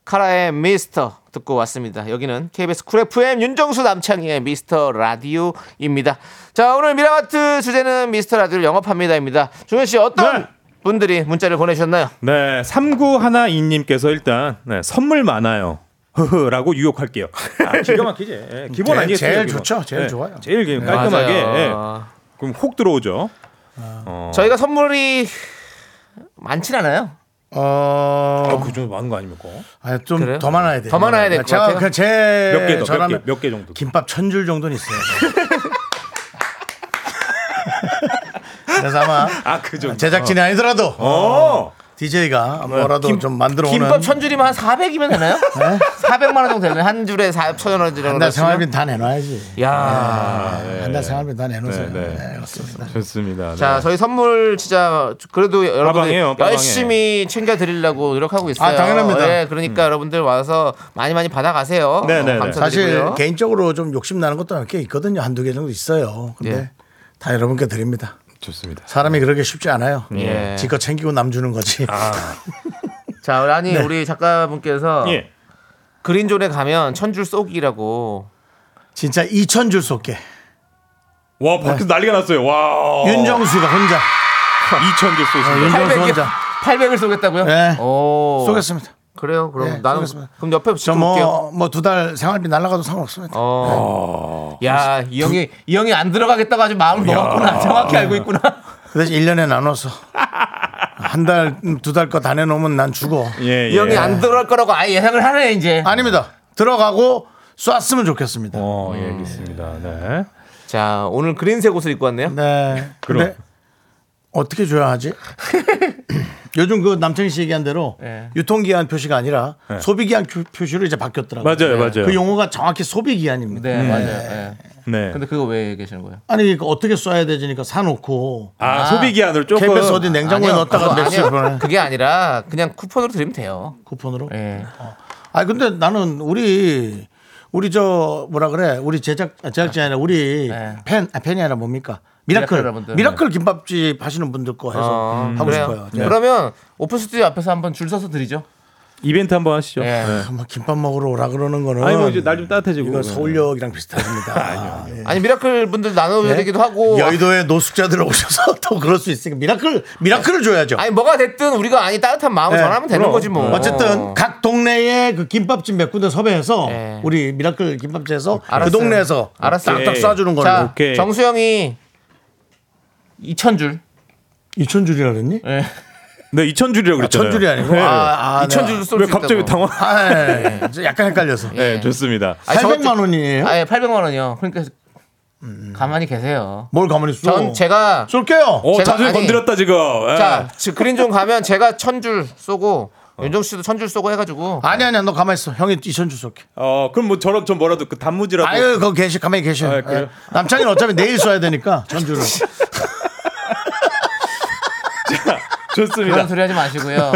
B: 카라의 미스터 듣고 왔습니다. 여기는 KBS 쿨 FM 윤정수 남창희의 미스터 라디오입니다. 자, 오늘 미라마트 주제는 미스터 라디오 영업합니다입니다. 종현 씨 어떤
F: 네.
B: 분들이 문자를 보내셨나요?
F: 네, 3912님께서 일단 네, 선물 많아요. 허허라고 유혹할게요. 아, 기가 막히지. 예, 기본
A: 제일-
F: 아니겠어요?
A: 제일
F: 기본.
A: 좋죠. 제일
F: 예,
A: 좋아요.
F: 제일 그냥 깔끔하게. 예.
B: 맞아요.
F: 그럼 혹 들어오죠.
B: 저희가 선물이 많진 않아요.
A: 어,
F: 아, 그 정도 많은 거 아닙니까?
A: 아니 좀
B: 그래요?
A: 더 많아야 돼요.
B: 더 많아야 될것
A: 제가
B: 같아요.
A: 그냥 제
F: 몇개 더,
A: 저라면
F: 몇 개, 몇개 정도?
A: 김밥 천 줄 정도는 있어요. 그래서 아마
F: 아, 그 정도.
A: 제작진이 아니더라도
F: 어.
A: DJ가 뭐라도 좀 만들어 오는
B: 김밥 천 줄이면 한 400이면 되나요? 400만 원 정도 되나요? 한 줄에 4천 원 정도.
A: 한달 생활비 다 내놔야지.
F: 아.
B: 야.
A: 한 달 생활비 다 내놓으세요.
F: 네, 네.
A: 네, 그렇습니다.
F: 좋습니다. 네.
B: 자, 저희 선물 진짜 그래도 여러분들
F: 빠방이에요, 빠방이.
B: 열심히 챙겨 드리려고 노력하고 있어요.
A: 아, 당연합니다.
B: 예, 그러니까 여러분들 와서 많이 많이 받아 가세요.
F: 음.
B: 어,
F: 네, 네, 네.
A: 사실
B: 감사드리고요.
A: 개인적으로 좀 욕심 나는 것도 꽤 있거든요. 한두 개 정도 있어요. 근데
B: 예.
A: 다 여러분께 드립니다.
F: 좋습니다.
A: 사람이 그렇게 쉽지 않아요.
B: 예.
A: 지껏 챙기고 남 주는 거지.
F: 아.
B: 자, 아니
A: 네.
B: 우리 작가분께서
F: 예.
B: 그린존에 가면 천줄 쏘기라고
A: 진짜 2천 줄 쏠게.
F: 네. 와, 밖에서 난리가 났어요. 와. 예.
A: 윤정수가 혼자.
F: 2천 개 쏘신다.
A: 윤정수
F: 아,
B: 800개,
A: 혼자.
B: 800을 쏘겠다고요?
A: 네.
F: 어.
B: 오.
A: 쏘겠습니다.
B: 그래요. 그럼
A: 네,
B: 나는
A: 쏘겠습니다.
B: 그럼 옆에 붙여
A: 저
B: 볼게요.
A: 뭐 뭐 두 달 생활비 날라가도 상관없습니다.
B: 어.
F: 아.
B: 야, 이 형이 이 형이 안 들어가겠다고 아주 마음을 먹었구나. 정확히 알고 있구나.
A: 그 대신 1년에 나눠서 한 달 두 달 거 다 내놓으면 난 죽어.
F: 예,
B: 이 형이 안 들어갈 거라고 아예 예상을 하네 이제.
A: 아닙니다. 들어가고 쐈으면 좋겠습니다.
F: 어, 예, 알겠습니다. 네.
B: 자, 오늘 그린색 옷을 입고 왔네요.
A: 네.
F: 그럼.
A: 근데 어떻게 줘야 하지? 요즘 그 남창희 씨 얘기한 대로
B: 네.
A: 유통기한 표시가 아니라
B: 예.
A: 소비기한 표- 표시로 이제 바뀌었더라고요.
F: 맞아요, 맞아요.
A: 그 용어가 정확히 소비기한입니다.
B: 네, 맞아요. 예.
F: 네.
B: 근데 그거 왜 계시는 거예요?
A: 아니 그 어떻게 써야 되지니까 사놓고
F: 아, 소비 기한을 조금
A: KBS 어디 냉장고에
B: 아니요,
A: 넣었다가
B: 그거
A: 며칠
B: 아니에요.
A: 보내
B: 그게 아니라 그냥 쿠폰으로 드리면 돼요.
A: 쿠폰으로.
B: 예.
A: 아 근데 나는 우리 우리 저 뭐라 그래 우리 제작 아, 제작진이 아니라 우리
B: 네.
A: 팬 아, 팬이 아니라 뭡니까
B: 미라클
A: 미라클
B: 여러분들.
A: 미라클, 김밥집 하시는 분들 거 해서 음.
B: 어,
A: 하고
B: 그래요.
A: 싶어요.
B: 네. 그러면 오픈 스튜디오 앞에서 한번 줄 서서 드리죠.
F: 이벤트 한번 하시죠.
B: 예.
A: 아, 뭐 김밥 먹으러 오라 그러는 거는
F: 아니 뭐 이제 날 좀 따뜻해지고.
A: 이건 서울역이랑 비슷합니다. 예.
B: 아니 미라클 분들 나눠야
A: 네?
B: 되기도 하고
A: 여의도에 노숙자들 오셔서 또 그럴 수 있으니까 미라클 미라클을 줘야죠.
B: 아니 뭐가 됐든 우리가 아니 따뜻한 마음을
A: 네,
B: 전하면 되는
F: 그럼.
B: 거지 뭐.
A: 어쨌든 각 동네에 그 김밥집 몇 군데 섭외해서
B: 네.
A: 우리 미라클 김밥집에서
B: 알았어요.
A: 그 동네에서
B: 알았어요.
A: 딱딱 쏴주는 걸로
B: 자,
F: 오케이.
B: 정수영이 2,000줄.
A: 2천 줄이라 그랬니?
B: 예.
F: 네, 2천 줄이라고 그랬잖아요.
A: 천 줄이 아니고
F: 네.
A: 아, 아,
B: 2,000줄 쏠수
F: 왜
B: 있다고.
F: 갑자기 당황?
A: 아, 예, 예. 저 약간 헷갈려서.
F: 네, 좋습니다.
B: 아니, 저거 좀-
A: 800만 원이에요?
B: 아, 예, 800만 원이요. 그러니까
A: 음.
B: 가만히 계세요.
A: 뭘 가만히 있어?
B: 전 제가
A: 쏠게요.
F: 어,
B: 제가-
F: 자존심
B: 아니,
F: 건드렸다 지금. 예.
B: 자, 지- 그린존 가면 제가 1000줄 쏘고 윤정수 씨도 1000줄 쏘고 해 가지고
A: 아니 아니야 너 가만히 있어. 형이 2천 줄 쏠게.
F: 어, 그럼 뭐 저런 좀 뭐라도 그 단무지라도.
A: 아유 그거 계시 가만히 계셔.
F: 아,
A: 요
F: 그래요? 어.
A: 남창이는 어차피 내일 쏴야 되니까 천 줄을.
F: 좋습니다.
B: 그런 소리 하지 마시고요.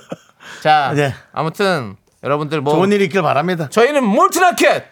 B: 자,
A: 네.
B: 아무튼 여러분들 뭐
A: 좋은 일 있길 바랍니다.
B: 저희는 몰트라켓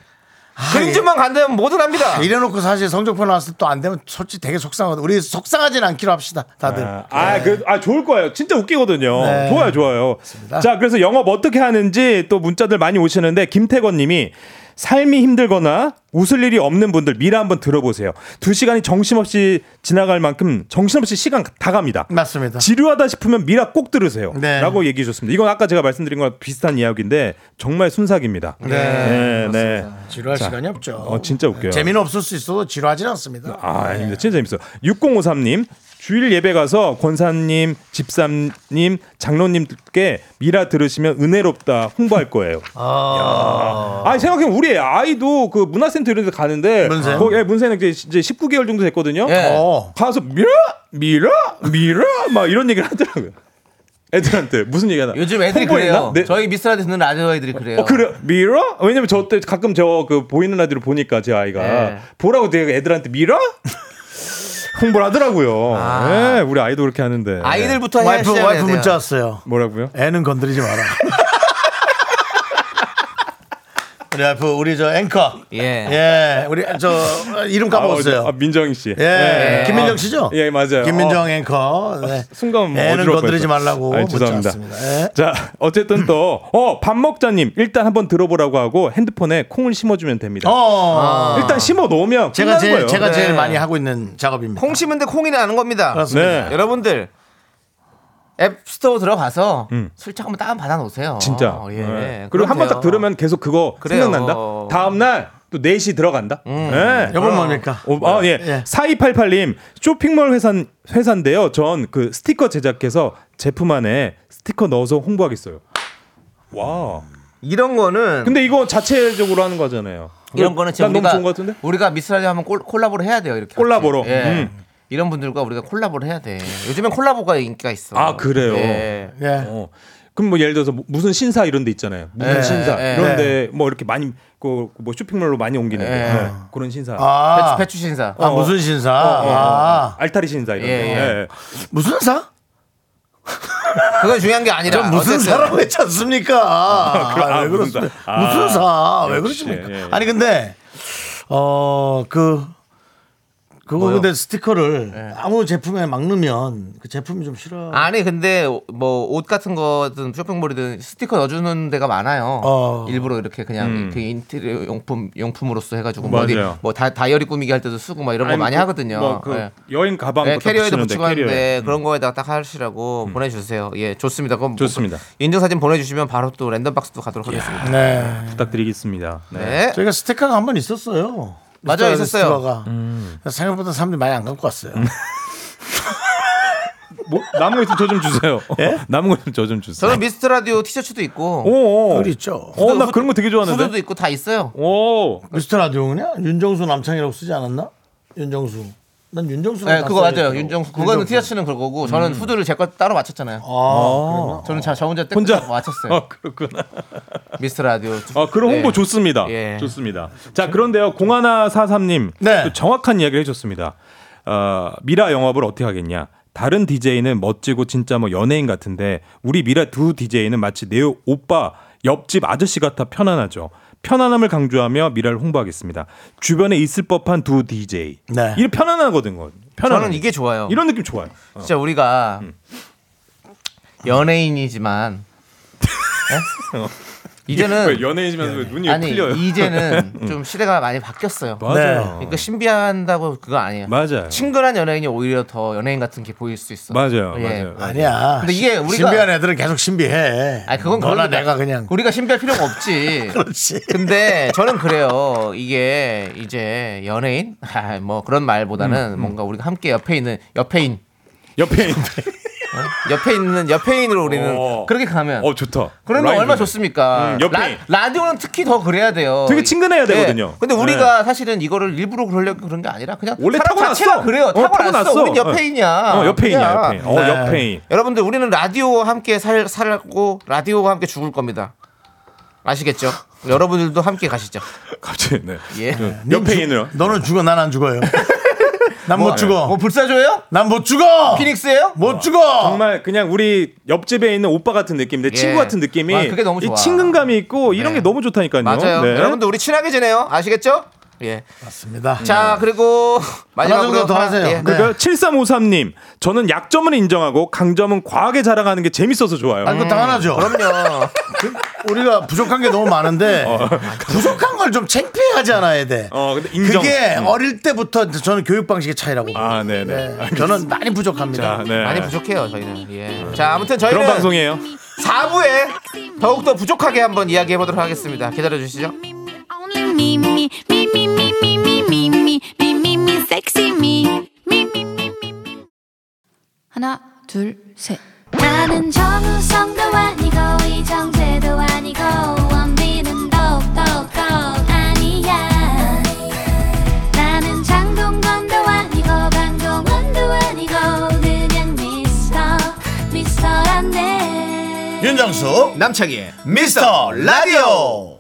B: 아, 그린존만 간다면 뭐든 합니다.
A: 이래놓고 사실 성적표 나왔을 때 또 안 되면 솔직히 되게 속상하거든. 우리 속상하진 않기로 합시다. 다들.
F: 아, 그, 아, 좋을 거예요. 진짜 웃기거든요.
A: 네.
F: 좋아요, 좋아요. 자, 그래서 영업 어떻게 하는지 또 문자들 많이 오시는데, 김태건 님이 삶이 힘들거나 웃을 일이 없는 분들 미라 한번 들어보세요. 두 시간이 정신없이 지나갈 만큼 정신없이 시간 다 갑니다.
A: 맞습니다.
F: 지루하다 싶으면 미라 꼭 들으세요.
A: 네.
F: 라고 얘기해 줬습니다. 이건 아까 제가 말씀드린 거랑 비슷한 이야기인데, 정말 순삭입니다. 네, 네.
A: 지루할 시간이 없죠.
F: 어, 진짜 웃겨요.
A: 재미는 없을 수 있어도 지루하진 않습니다.
F: 아, 아닙니다. 진짜 재밌어. 6053님. 주일 예배 가서 권사님, 집사님, 장로님께 미라 들으시면 은혜롭다 홍보할 거예요. 아, 생각해 보면 우리 아이도 그 문화센터 이런 데 가는데
A: 문센?
F: 거기 예, 문센은 이제 이제 19개월 정도 됐거든요.
B: 예.
A: 어.
F: 가서 미라, 미라, 미라 막 이런 얘기를 하더라고요. 애들한테 무슨 얘기하나?
B: 요즘 애들이
F: 홍보했나?
B: 그래요.
F: 네.
B: 저희 미스라디 듣는 라디오 애들이 그래요.
F: 어 그래 미러? 왜냐면 저 때 가끔 저 그 보이는 라디오 보니까 제 아이가
B: 네.
F: 보라고 내가 애들한테 미러? 홍보를 하더라고요.
B: 아.
F: 예, 우리 아이도 그렇게 하는데
B: 네.
F: 예,
B: 아이들부터 해야
A: 와이프
B: 시작해야
A: 와이프
B: 돼요.
A: 문자 왔어요.
F: 뭐라고요?
A: 애는 건드리지 마라. 우리 와이프 우리 저 앵커.
B: 예.
A: 예. 우리 저 이름 까먹었어요.
F: 아, 민정 씨.
A: 예.
B: 예.
A: 김민정 씨죠?
F: 예, 맞아요. 아,
A: 김민정 앵커. 네.
F: 순간 뭐
A: 애는
F: 어지러울
A: 건드리지
F: 뻔했어요.
A: 말라고
F: 아이,
A: 문자
F: 죄송합니다.
A: 왔습니다. 예.
F: 자, 어쨌든 또 어, 밥 먹자님 일단 한번 들어보라고 하고 핸드폰에 콩을 심어주면 됩니다.
A: 어.
F: 일단 심어 놓으면
A: 제가
F: 끝나는
A: 제일
F: 아. 거예요.
A: 제가
B: 네.
A: 제일 많이 하고 있는 작업입니다.
B: 콩 심은데 콩이 나는 겁니다.
A: 그렇습니다.
F: 네.
B: 여러분들 앱스토어 들어가서 슬쩍 한번 다운 받아 놓으세요.
F: 진짜.
B: 어, 예.
F: 예.
B: 그럼
F: 그리고 한 번 딱
B: 돼요.
F: 들으면 계속 그거
B: 그래요.
F: 생각난다. 다음 날 또 4시 들어간다. 예.
A: 음. 여보 뭡니까?
F: 오, 아, 예.
A: 예.
F: 4288님, 쇼핑몰 회사, 회사인데요. 전 그 스티커 제작해서 제품 안에 스티커 넣어서 홍보하겠어요. 와.
B: 이런 거는
F: 근데 이거 자체적으로 하는 거잖아요.
B: 이런 거는 지금
F: 난
B: 우리가
F: 너무 좋은 것 같은데?
B: 우리가 미스라디 하면 콜, 콜라보를 해야 돼요. 이렇게
F: 콜라보로.
B: 같이. 예.
F: 음.
B: 이런 분들과 우리가 콜라보를 해야 돼. 요즘엔 콜라보가 인기가 있어.
F: 아, 그래요?
B: 예.
A: 예.
F: 어. 그럼 뭐 예를 들어서 뭐 무슨 신사 이런 데 있잖아요. 무슨
B: 예,
F: 신사
B: 예,
F: 이런데 뭐 이렇게 많이 그 뭐 쇼핑몰로 많이 옮기는
B: 예.
F: 데. 예. 그런 신사.
A: 아,
B: 배추, 배추 신사.
A: 아 무슨 신사?
F: 어,
A: 아,
F: 알타리 신사 이런
B: 예,
F: 데.
B: 예.
F: 예.
A: 무슨 사?
B: 그건 중요한 게 아니라
A: 무슨
B: 어쨌든.
A: 사라고 했지 않습니까?
F: 그럼, 아,
A: 아, 왜
F: 무슨 사.
A: 그렇습니까?
F: 아,
A: 무슨 사? 왜
B: 예,
F: 역시,
A: 그러십니까?
F: 예, 예.
A: 아니 근데 어 그 그거 근데 스티커를 아무 제품에 막 넣으면 그 제품이 좀 싫어.
B: 예. 아니 근데 뭐 옷 같은 거든 쇼핑몰이든 스티커 넣어주는 데가 많아요.
A: 어.
B: 일부러 이렇게 그냥 그 인테리어 용품 용품으로서 해가지고 뭐 어디
F: 음. 맞아요.
B: 뭐 다, 다이어리 꾸미기 할 때도 쓰고 막 이런 거 많이 하거든요.
F: 뭐그
B: 예.
F: 여행 가방
B: 네, 캐리어에도 붙이고 하는데 네, 그런 거에다가 딱 하시라고 보내주세요. 예, 좋습니다. 그럼 뭐
F: 좋습니다.
B: 인증 사진 보내주시면 바로 또 랜덤 박스도 가도록 하겠습니다.
A: 네.
F: 부탁드리겠습니다. 네.
B: 네.
A: 저희가 스티커가 한 번 있었어요.
B: 맞아요,
A: 스티커,
B: 있었어요. 음.
A: 스티커가. 생각보다 사람들이 많이 안 갖고 왔어요.
F: 뭐, 남은 거 있으면 저 좀 주세요. 남은 거 있으면 저 좀 주세요.
B: 저는 미스트 아. 라디오 티셔츠도 있고
F: 오, 오.
A: 그리 있죠.
F: 어, 나 그런 거 되게 좋아하는데.
B: 후드도 있고 다 있어요.
F: 오,
A: 미스터 라디오 그냥 윤정수 남창이라고 쓰지 않았나? 윤정수. 난 윤정수.
B: 네, 그거 맞아요. 어. 윤정수 그거는 티셔츠는 그거고 저는 후드를 제 거 따로 맞췄잖아요.
A: 아,
B: 저는 자- 저 혼자 떼고
F: 혼자
B: 맞췄어요.
F: 아 그렇구나.
B: 미스터 라디오.
F: 아 그런
B: 네.
F: 홍보 좋습니다.
B: 예.
F: 좋습니다. 자 그런데요 공하나 사삼님
A: 네.
F: 또 정확한 이야기를 해줬습니다. 어, 미라 영업을 어떻게 하겠냐? 다른 DJ는 멋지고 진짜 뭐 연예인 같은데 우리 미라 두 DJ는 마치 내 오빠 옆집 아저씨 같아 편안하죠. 편안함을 강조하며 미라를 홍보하겠습니다. 주변에 있을 법한 두 DJ.
A: 네.
F: 이 편안하거든요. 편안.
B: 저는 이게 좋아요. 음.
F: 이런 느낌 좋아요. 어.
B: 진짜 우리가 연예인이지만 예?
F: 왜
B: 이제는
F: 연예인이면서 왜 눈이 왜
B: 아니
F: 풀려요?
B: 이제는 좀 시대가 많이 바뀌었어요.
A: 네.
F: 맞아요.
B: 그러니까 신비한다고 그거 아니에요.
F: 맞아요.
B: 친근한 연예인이 오히려 더 연예인 같은 게 보일 수 있어.
F: 맞아요.
B: 예.
F: 맞아요.
A: 아니야.
B: 근데 이게 우리가-
A: 신비한 애들은 계속 신비해.
B: 아니 그건
A: 너나
B: 그러니까
A: 내가 그냥.
B: 우리가 신비할 필요가 없지.
A: 그렇지.
B: 근데 저는 그래요. 이게 이제 연예인 아, 뭐 그런
F: 음,
B: 말보다는 뭔가 우리가 함께 옆에 있는 옆에인 어?
F: 옆에 있는.
B: 옆에 있는 옆에인으로 우리는
F: 어.
B: 그렇게 가면
F: 어 좋다.
B: 예. 그러면
F: 라인
B: 얼마 나
F: 좋네.
B: 좋습니까?
F: 음, 옆에인.
B: 라, 디오는 특히 더 그래야 돼요.
F: 되게 친근해야
B: 네.
F: 되거든요.
B: 근데
F: 네.
B: 우리가 사실은 이거를 일부러 그러려고 그런 게 아니라 그냥
F: 원래
B: 사람
F: 타고났어.
B: 자체가 그래요.
F: 어,
B: 타고났어.
F: 타고났어.
B: 우린 옆에인이야.
F: 어, 옆에인이야,
B: 그냥.
F: 옆에인. 어,
A: 네.
F: 옆에인.
B: 여러분들 우리는 라디오와 함께 살, 살고 라디오와 함께 죽을 겁니다. 아시겠죠? 여러분들도 함께 가시죠.
F: 갑자기, 네.
B: 예.
F: 옆에인으로.
A: 너는 죽어, 난 안 죽어요. 난 못 죽어.
B: 뭐 불사조예요?
F: 아.
A: 난 못 죽어.
B: 피닉스예요?
F: 뭐
A: 못 죽어.
F: 정말 그냥 우리 옆집에 있는 오빠 같은 느낌인데
B: 예.
F: 친구 같은 느낌이
B: 아, 그게 너무
F: 이
B: 좋아.
F: 친근감이 있고 이런
B: 네.
F: 게 너무 좋다니까요.
B: 맞아요.
F: 네.
B: 여러분들 우리 친하게 지내요. 아시겠죠? 예.
A: 맞습니다.
F: 음.
B: 자 그리고 마지막으로
A: 정도 더
B: 하나-
A: 하세요.
B: 예.
A: 네.
F: 그러니까 7353님, 저는 약점은 인정하고 강점은 과하게 자랑하는 게 재밌어서 좋아요.
A: 아, 그거 당연하죠.
B: 그럼요.
A: 우리가 부족한 게 너무 많은데 부족한 걸 좀 창피하지 않아야 돼.
F: 어, 근데 인정.
A: 그게
F: 음.
A: 어릴 때부터 저는 교육 방식의 차이라고. 봐요.
F: 아, 네네.
A: 네, 저는 많이 부족합니다.
F: 자, 네.
B: 많이 부족해요 저희는. 예. 자 아무튼 저희는
F: 그런 방송이에요.
B: 4부에 더욱더 부족하게 한번 이야기해 보도록 하겠습니다. 기다려 주시죠.
D: Only me, me, me, me, me, me, me, me, me, me, me, me, sexy me. Me, me, me, me, me.
G: 하나, 둘, 셋.
E: 나는 정우성도 아니고 이정재도 아니고 원빈은 더욱더 아니야 나는 장동건도 아니고 강동원도 아니고 그냥 미스터 미스터란데
A: 윤정수
B: 남창희의
A: 미스터 라디오.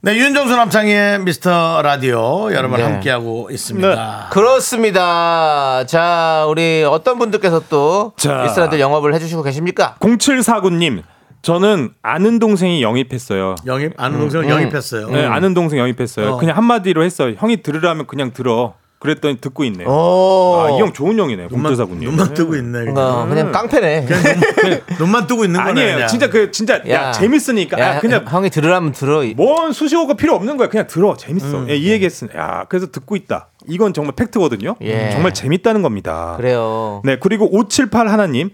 A: 네, 윤정수 남창희의 미스터 라디오 여러분
B: 네.
A: 함께하고 있습니다.
B: 그렇습니다. 자 우리 어떤 분들께서 또
F: 자.
B: 미스라들 영업을 해주시고 계십니까?
F: 0749님, 저는 아는 동생이 영입했어요.
A: 영입 아는 동생을 영입했어요.
F: 네, 아는 동생 영입했어요.
A: 음. 어.
F: 그냥 한마디로 했어요. 형이 들으라면 그냥 들어. 그랬더니 듣고 있네요.
A: 오.
F: 아, 이 형 좋은 형이네요.
A: 어. 눈만,
F: 공조사군님.
A: 눈만 뜨고 있네. 그냥.
F: 음.
A: 음.
B: 어, 그냥 깡패네.
F: 그러니까.
A: 눈만 뜨고 있는 거네.
F: 아니에요.
A: 그냥.
F: 진짜 그 진짜 야,
B: 야.
F: 재밌으니까
B: 야,
F: 아, 그냥
B: 형이 들으라면 들어.
F: 뭔 수식어가 필요 없는 거야. 그냥 들어 재밌어.
A: 음,
F: 예, 이 얘기했으니 야 그래서 듣고 있다. 이건 정말 팩트거든요.
B: 예.
F: 정말 재밌다는 겁니다.
B: 그래요.
F: 네 그리고 578 하나님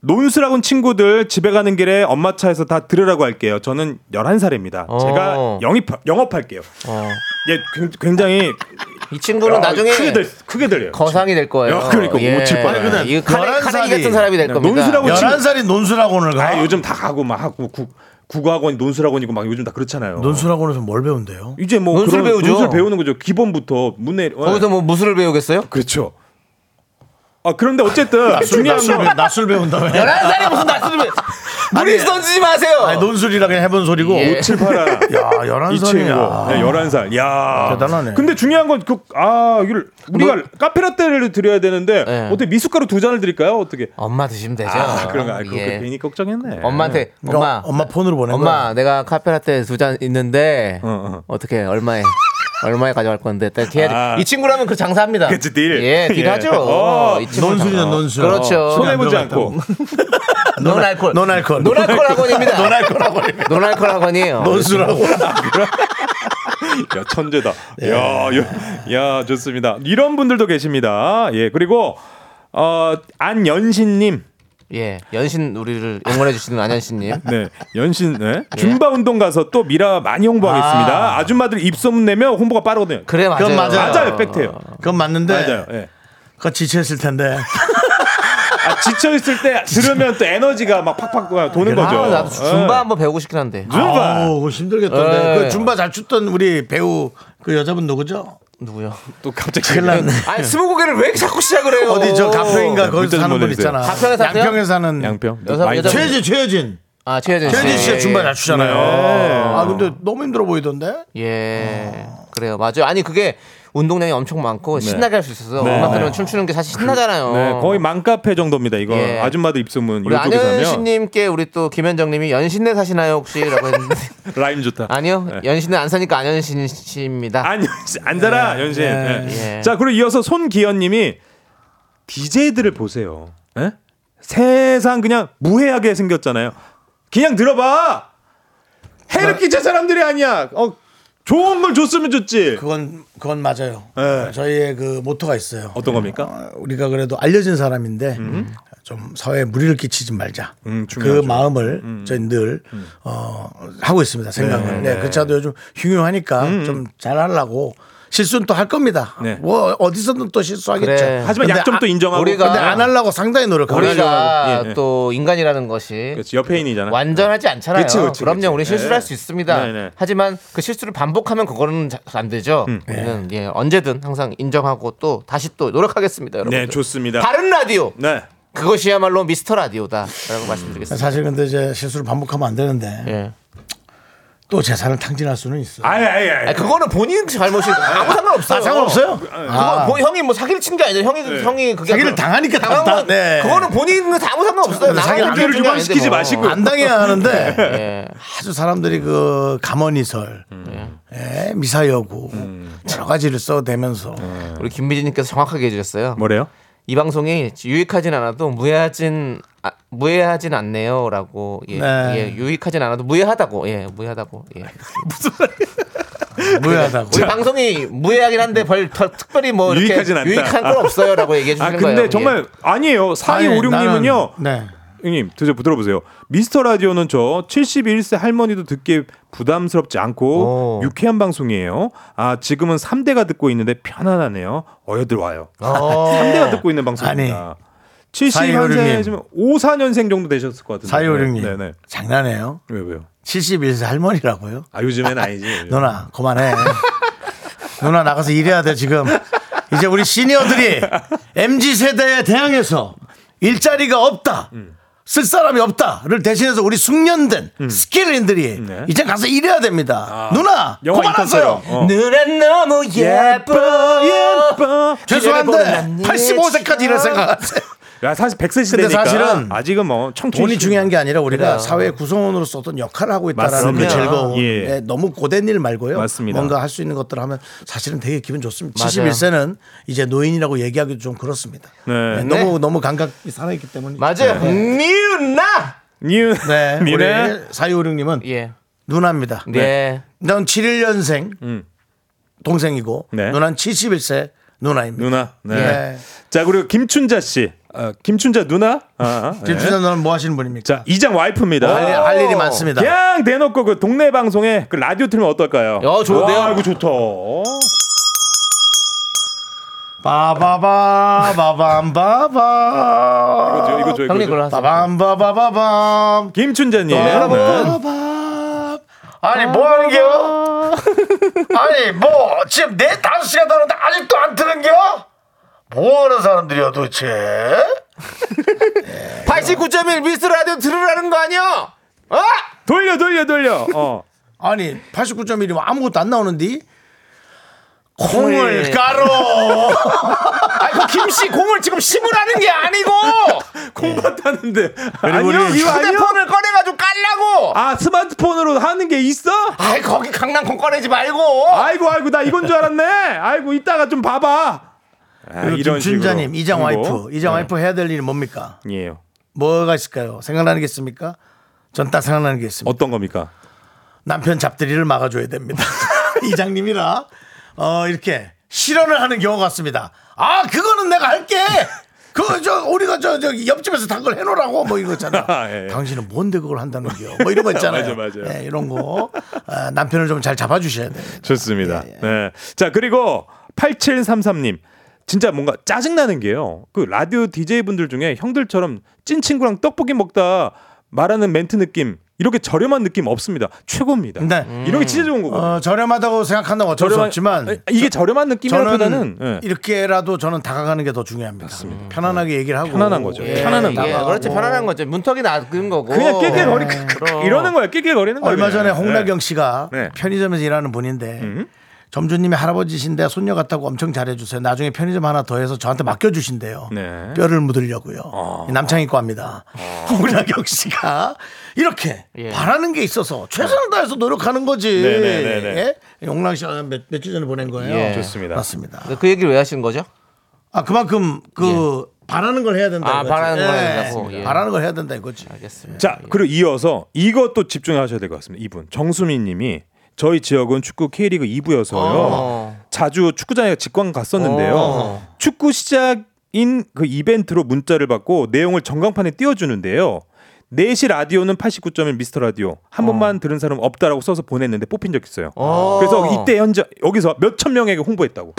F: 논술학원 친구들 집에 가는 길에 엄마 차에서 다 들으라고 할게요. 저는 11살입니다.
B: 어.
F: 제가 영입 영업할게요.
B: 어.
F: 예, 굉- 굉장히
B: 이 친구는
F: 어,
B: 나중에
F: 크게 들 크게 들려요.
B: 거상이 될 거예요.
F: 야, 그러니까 오칠팔.
A: 아니, 근데
B: 이 카레,
A: 11
B: 카레기
A: 살이
B: 같은 사람이 될
F: 그냥
B: 겁니다.
F: 논술하고
B: 야,
F: 친구-
A: 11살이 논술학원을 가.
F: 아 요즘 다 가고 막 하고 국 국어학원 논술학원이고 막 요즘 다 그렇잖아요.
A: 논술학원에서 뭘 배운대요?
F: 이제 뭐
B: 논술
F: 그런
B: 배우죠.
F: 논술 배우는 거죠. 기본부터 문해. 어,
B: 거기서 뭐 무술을 배우겠어요?
F: 그렇죠. 아 그런데 어쨌든 중요한
A: 낮술,
F: 건
A: 배- 낮술 배운다며.
B: 11살이 무슨 낯설을 무리 던지지 마세요.
A: 아니, 논술이라 그냥 해본 소리고.
B: 예.
F: 78라
A: 야, 11살이야.
F: 네, 11살. 야.
A: 아. 대단하네.
F: 근데 중요한 건 그 아, 이걸 우리가
B: 뭐-
F: 카페라떼를 드려야 되는데
B: 네.
F: 어떻게 미숫가루 두 잔을 드릴까요? 어떻게?
B: 엄마 드시면 되죠.
F: 아, 그런가. 그거
B: 예.
F: 괜히 걱정했네.
B: 엄마한테
A: 그러니까 엄마,
B: 엄마
A: 엄마 폰으로 보낸
B: 엄마 내가 카페라떼 두 잔 있는데
F: 어, 어.
B: 어, 떻게 얼마에 얼마에 가져갈 건데. 딱 딜.
F: 아.
B: 이 친구라면 그 장사합니다.
F: 그치, 딜.
B: 예,
F: 예.
B: 딜하죠.
F: 어,
B: 이 친구는
A: 논술이죠,
B: 장사.
A: 논술.
B: 그렇죠.
A: 손해-
F: 손해보지
A: 안 들어갔다고.
F: 않고.
B: 논알콜.
A: 논알콜.
B: 논알콜 학원입니다.
A: 논알콜 학원입니다.
B: 논알콜 학원이에요.
A: 논술하고.
F: 야 천재다.
A: 네.
F: 야, 야, 야 좋습니다. 이런 분들도 계십니다. 예 그리고 어, 안연신님,
B: 예, 연신 우리를 응원해 주시는 안현신님.
F: 네 연신, 네
B: 예.
F: 줌바 운동 가서 또 미라 많이 홍보하겠습니다. 아. 줌마들 입소문 내면 홍보가 빠르거든요.
B: 그래 맞아요. 어.
A: 그건 맞아요.
F: 맞아요, 팩트예요.
A: 그건 맞는데.
F: 어. 맞아요. 예.
A: 그거 지쳐있을 텐데.
F: 아, 지쳐 있을 때 들으면 또 에너지가 막 팍팍 도는
B: 아,
F: 거죠.
B: 나도 줌바
F: 예.
B: 한번 배우고 싶긴 한데.
F: 줌바.
A: 아우, 그거 힘들겠던데.
F: 네.
B: 예.
A: 그 줌바 잘 춥던 우리 배우 그 여자분 누구죠?
B: 누구요?
F: 또 갑자기
A: 큰일 났네.
B: 아니 스무고개를 왜 자꾸 시작을 해요?
A: 어디 저 가평인가 거기서
F: 밑에 좀
A: 사는 분
F: 보내주세요.
A: 있잖아.
B: 가평에 사세요?
A: 양평에 사는
F: 양평.
B: 여자-
F: 많이
B: 여자-
F: 들어요.
A: 최혜진, 최혜진.
B: 아 최혜진 씨.
A: 최혜진 씨가 줌바 잘 추잖아요.
F: 네.
A: 아 근데 너무 힘들어 보이던데.
B: 예, 그래요, 맞아요. 아니 그게 운동량이 엄청 많고 신나게 할 수 있어서
F: 어. 네.
B: 음악 들으면 춤추는 게 사실 신나잖아요.
F: 네, 거의 맘카페 정도입니다. 이거
B: 예.
F: 아줌마들 입소문
B: 우리
F: 이쪽에서 하면
B: 안현신님께 우리 또 김현정님이 연신내 사시나요 혹시라고 했는데
F: 네. 라임 좋다.
B: 아니요
F: 예.
B: 연신내 안 사니까 안현신 씨입니다.
F: 안 연신 앉아라 연신. 예.
B: 예.
F: 자 그리고 이어서 손기현님이 DJ들을 보세요. 예? 세상 그냥 무해하게 생겼잖아요. 그냥 들어봐. 해를 끼친 사람들이 아니야. 어 좋은 걸 줬으면 줬지.
A: 그건 그건 맞아요.
F: 네.
A: 저희의 그 모토가 있어요.
F: 어떤 겁니까?
A: 어, 우리가 그래도 알려진 사람인데 좀 사회에 무리를 끼치지 말자.
F: 음, 중요하죠.
A: 그 마음을 저희 늘 어, 하고 있습니다. 생각을. 네, 그렇지 않아도 요즘 흉흉하니까 좀 잘하려고 실수는 또 할 겁니다.
F: 네.
A: 뭐 어디서든 또 실수하겠죠.
B: 그래.
F: 하지만
A: 근데
F: 약점도
A: 아-
F: 인정하고.
B: 우리가-
A: 근데 안 하려고 상당히 노력하고
B: 우리가
F: 예, 예.
B: 또 인간이라는 것이
F: 그렇지, 옆에인이잖아.
B: 완전하지 않잖아요.
F: 그치, 그치,
B: 그럼요,
F: 그치.
B: 우리 실수를
F: 예.
B: 할 수 있습니다.
F: 네, 음. 네.
B: 하지만 그 실수를 반복하면 그거는 자- 안 되죠. 우리는 예, 언제든 항상 인정하고 또 다시 또 노력하겠습니다, 여러분.
F: 네 좋습니다.
B: 그렇죠. 다른 라디오
F: 네.
B: 그것이야말로 미스터 라디오다라고 말씀드리겠습니다.
A: 사실 근데 이제 실수를 반복하면 안
F: 음.
A: 되는데
F: 네.
B: 예.
A: 또 재산을 탕진할 수는 있어. 요
F: 아예 아예.
B: 아니, 그거는 본인 잘못이 아무 상관없어요.
A: 아, 상관없어요?
B: 그건
A: 아.
B: 뭐 형이 뭐 사기를 친 게 아니죠. 형이 형이 그게
A: 사기를
B: 그-
A: 당하니까
B: 당한
A: 당한-
B: 건
A: 네.
B: 그거는 본인은 아무 상관없어요.
A: 근데
B: 나한테
A: 사기를
B: 그런 게
F: 네, 유발시키지
B: 아닌데 뭐.
F: 마시고요. 네.
A: 안 당해야 하는데
B: 예.
A: 아주 사람들이 그 감언이설,
F: 음.
A: 예, 미사여구 여러 가지를 써대면서
F: 음.
B: 우리 김미진님께서 정확하게 해주셨어요.
F: 뭐래요?
B: 이 방송이 유익하진 않아도 무해하진 아, 무해하진 않네요라고 예,
A: 네.
B: 예, 유익하진 않아도 무해하다고 예 무해하다고 예
A: 무해하다고.
B: 우리 방송이 무해하긴 한데 벌 더, 특별히 뭐 이렇게
F: 유익하진 않다.
B: 유익한 건
F: 아.
B: 없어요라고 얘기해 주시는
F: 아
B: 거예요.
F: 근데 정말 아니에요.
A: 아니,
F: 4256님은요.
A: 나는- 네.
F: 형님, 드셔 들어보세요. 미스터 라디오는 저 71세 할머니도 듣기 부담스럽지 않고
B: 오.
F: 유쾌한 방송이에요. 아, 지금은 3대가 듣고 있는데 편안하네요. 어여들 와요.
B: 예. 어.
F: 3대가 듣고 있는 방송입니다. 71세면 5, 4년생 정도 되셨을 것 같은데.
A: 사이오령님
F: 네, 네.
A: 장난해요?
F: 왜 왜요?
A: 71세 할머니라고요?
F: 아, 요즘엔 아니지.
A: 누나 그만해. 누나 나가서 일해야 돼 지금. 이제 우리 시니어들이 mz 세대에 대항해서 일자리가 없다.
F: 음.
A: 쓸 사람이 없다를 대신해서 우리 숙련된 스킬인들이
F: 네. 아,
A: 이제 가서 일해야 됩니다. 누나
F: 영화
A: 그만하세요.
F: 인턴처럼. 어.
B: 눈엔 너무 예뻐요.
F: 예뻐.
A: 죄송한데 85세까지 일할 생각하세요.
F: 야, 사실 100세
A: 근데
F: 시대니까
A: 사실은
F: 아직은 뭐 청춘
A: 돈이 중요한 게 아니라 우리가
B: 그래요.
A: 사회 구성원으로서 어떤 역할을 하고 있다라는
F: 맞습니다.
A: 그 즐거움.
F: 예.
A: 예, 너무 고된 일 말고요.
F: 맞습니다.
A: 뭔가 할 수 있는 것들 을 하면 사실은 되게 기분 좋습니다.
B: 맞아요.
A: 71세는 이제 노인이라고 얘기하기도 좀 그렇습니다.
F: 네.
A: 예, 너무 너무 감각이 살아있기 때문에.
B: 맞아요. 니은나
F: 뉴
A: 네,
F: 미래
A: 우리 사유오륙님은
B: 예.
A: 누나입니다.
B: 네.
A: 넌 71년생 동생이고
F: 음. 네.
A: 누난 71세 누나입니다.
F: 누나. 네.
A: 예.
F: 자 그리고 김춘자 씨, 아, 김춘자 누나. 아, 아, 예.
A: 김춘자 누나는 뭐 하시는 분입니까?
F: 자 이장 와이프입니다.
A: 할, 일- 할 일이 많습니다.
F: 그냥 대놓고 그 동네 방송에 그 라디오 틀면 어떨까요?
B: 어, 좋은데요?
F: 와, 이거 좋다.
A: 바바바 바밤바바
F: 이거 줘, 이거 줘, 이거
B: 형님
F: 줘.
B: 그러 하세요.
A: 바밤바바바밤 어,
F: 김춘자님.
B: 여러분.
F: 네.
A: 아니 뭐 하는겨? 아니 뭐 지금 내 다섯 시간 다는데 아직도 안 트는겨? 뭐 하는 사람들이야 도대체?
B: 89.1 미스 라디오 들으라는 거 아니야? 어?
F: 돌려, 돌려, 돌려. 어.
A: 아니 89.1이면 아무것도 안 나오는데 콩을 깔어
B: 아이고 그 김씨 공을 지금 심으라는 게 아니고
F: 콩밭 하는데.
A: 그리고
F: 아니요,
A: 우리
F: 이거 아니요.
B: 휴대폰을 꺼내가지고 깔라고
F: 아 스마트폰으로 하는 게 있어?
B: 아이 거기 강낭콩 꺼내지 말고.
F: 아이고 아이고 나 이건 줄 알았네. 아이고 이따가 좀 봐봐. 아,
A: 그리고
F: 이런
A: 김춘자님
F: 식으로
A: 이장
F: 홍보.
B: 뭐?
A: 와이프
B: 네.
A: 이장 와이프 해야 될 일이 뭡니까?
F: 예요.
A: 뭐가 있을까요? 생각나는 게 있습니까? 전 딱 생각나는 게 있습니다.
F: 어떤 겁니까?
A: 남편 잡들이를 막아줘야 됩니다. 이장님이라 어 이렇게 실현을 하는 경우가 같습니다. 아 그거는 내가 할게. 그 저 우리가 저 저기 옆집에서 단 걸 해놓으라고 뭐 이거 있잖아.
F: 아, 예.
A: 당신은 뭔데 그걸 한다는 거요. 뭐 이런 거 있잖아요.
F: 맞아, 맞아.
A: 예, 이런 거 아, 남편을 좀 잘 잡아주셔야 돼요.
F: 좋습니다. 네. 자, 그리고 8733님. 진짜 뭔가 짜증나는 게요. 그 라디오 DJ분들 중에 형들처럼 찐 친구랑 떡볶이 먹다 말하는 멘트 느낌, 이렇게 저렴한 느낌 없습니다. 최고입니다.
A: 네.
F: 이런 게 진짜 좋은 거고.
A: 어, 저렴하다고 생각한다고 어쩔 수 없지만
F: 아니, 이게 음. 저렴한 느낌이라기보다는
A: 저는
F: 예.
A: 이렇게라도 저는 다가가는 게 더 중요합니다. 편안하게 얘기를 하고
F: 편안한 거죠.
A: 예,
F: 편안한 거.
B: 예,
A: 다가가고.
B: 그렇지 편안한 거죠. 문턱이 낮은 거고. 예.
F: 그냥 깨깨거리
B: 그럼.
F: 이러는 거야. 깨깨거리는 거야.
A: 얼마
F: 그냥.
A: 전에 홍나경 씨가
F: 네. 음?
A: 편의점에서 일하는 분인데 점주님이 할아버지신데 손녀 같다고 엄청 잘해주세요. 나중에 편의점 하나 더 해서 저한테 맡겨주신대요.
F: 네. 아.
A: 뼈를 묻으려고요. 남창희과입니다. 홍나경 씨가 이렇게
B: 예.
A: 바라는 게 있어서 최선을 다해서 노력하는 거지.
F: 네, 네, 네, 네.
A: 예? 홍나경 씨가 몇, 며칠 전에 보낸 거예요.
B: 예.
F: 좋습니다.
A: 맞습니다.
B: 그 얘기를 왜 하시는 거죠?
A: 아 그만큼 그 바라는 걸 해야 된다.
B: 아,
A: 이거지.
B: 바라는 걸
A: 예.
B: 해야 된다고. 예.
A: 바라는 걸 해야 된다 이거지.
B: 알겠습니다.
F: 자, 그리고 이어서 이것도 집중하셔야 될 것 같습니다. 이분 정수민 님이 저희 지역은 축구 K리그 2부여서요.
B: 어.
F: 자주 축구장에 직관 갔었는데요.
B: 어.
F: 축구 시작인 그 이벤트로 문자를 받고 내용을 전광판에 띄워주는데요. 4시 라디오는 89.1 미스터 라디오 한 번만 들은 사람 없다라고 써서 보냈는데 뽑힌 적 있어요.
B: 어.
F: 그래서 이때 현재 여기서 몇 천 명에게 홍보했다고.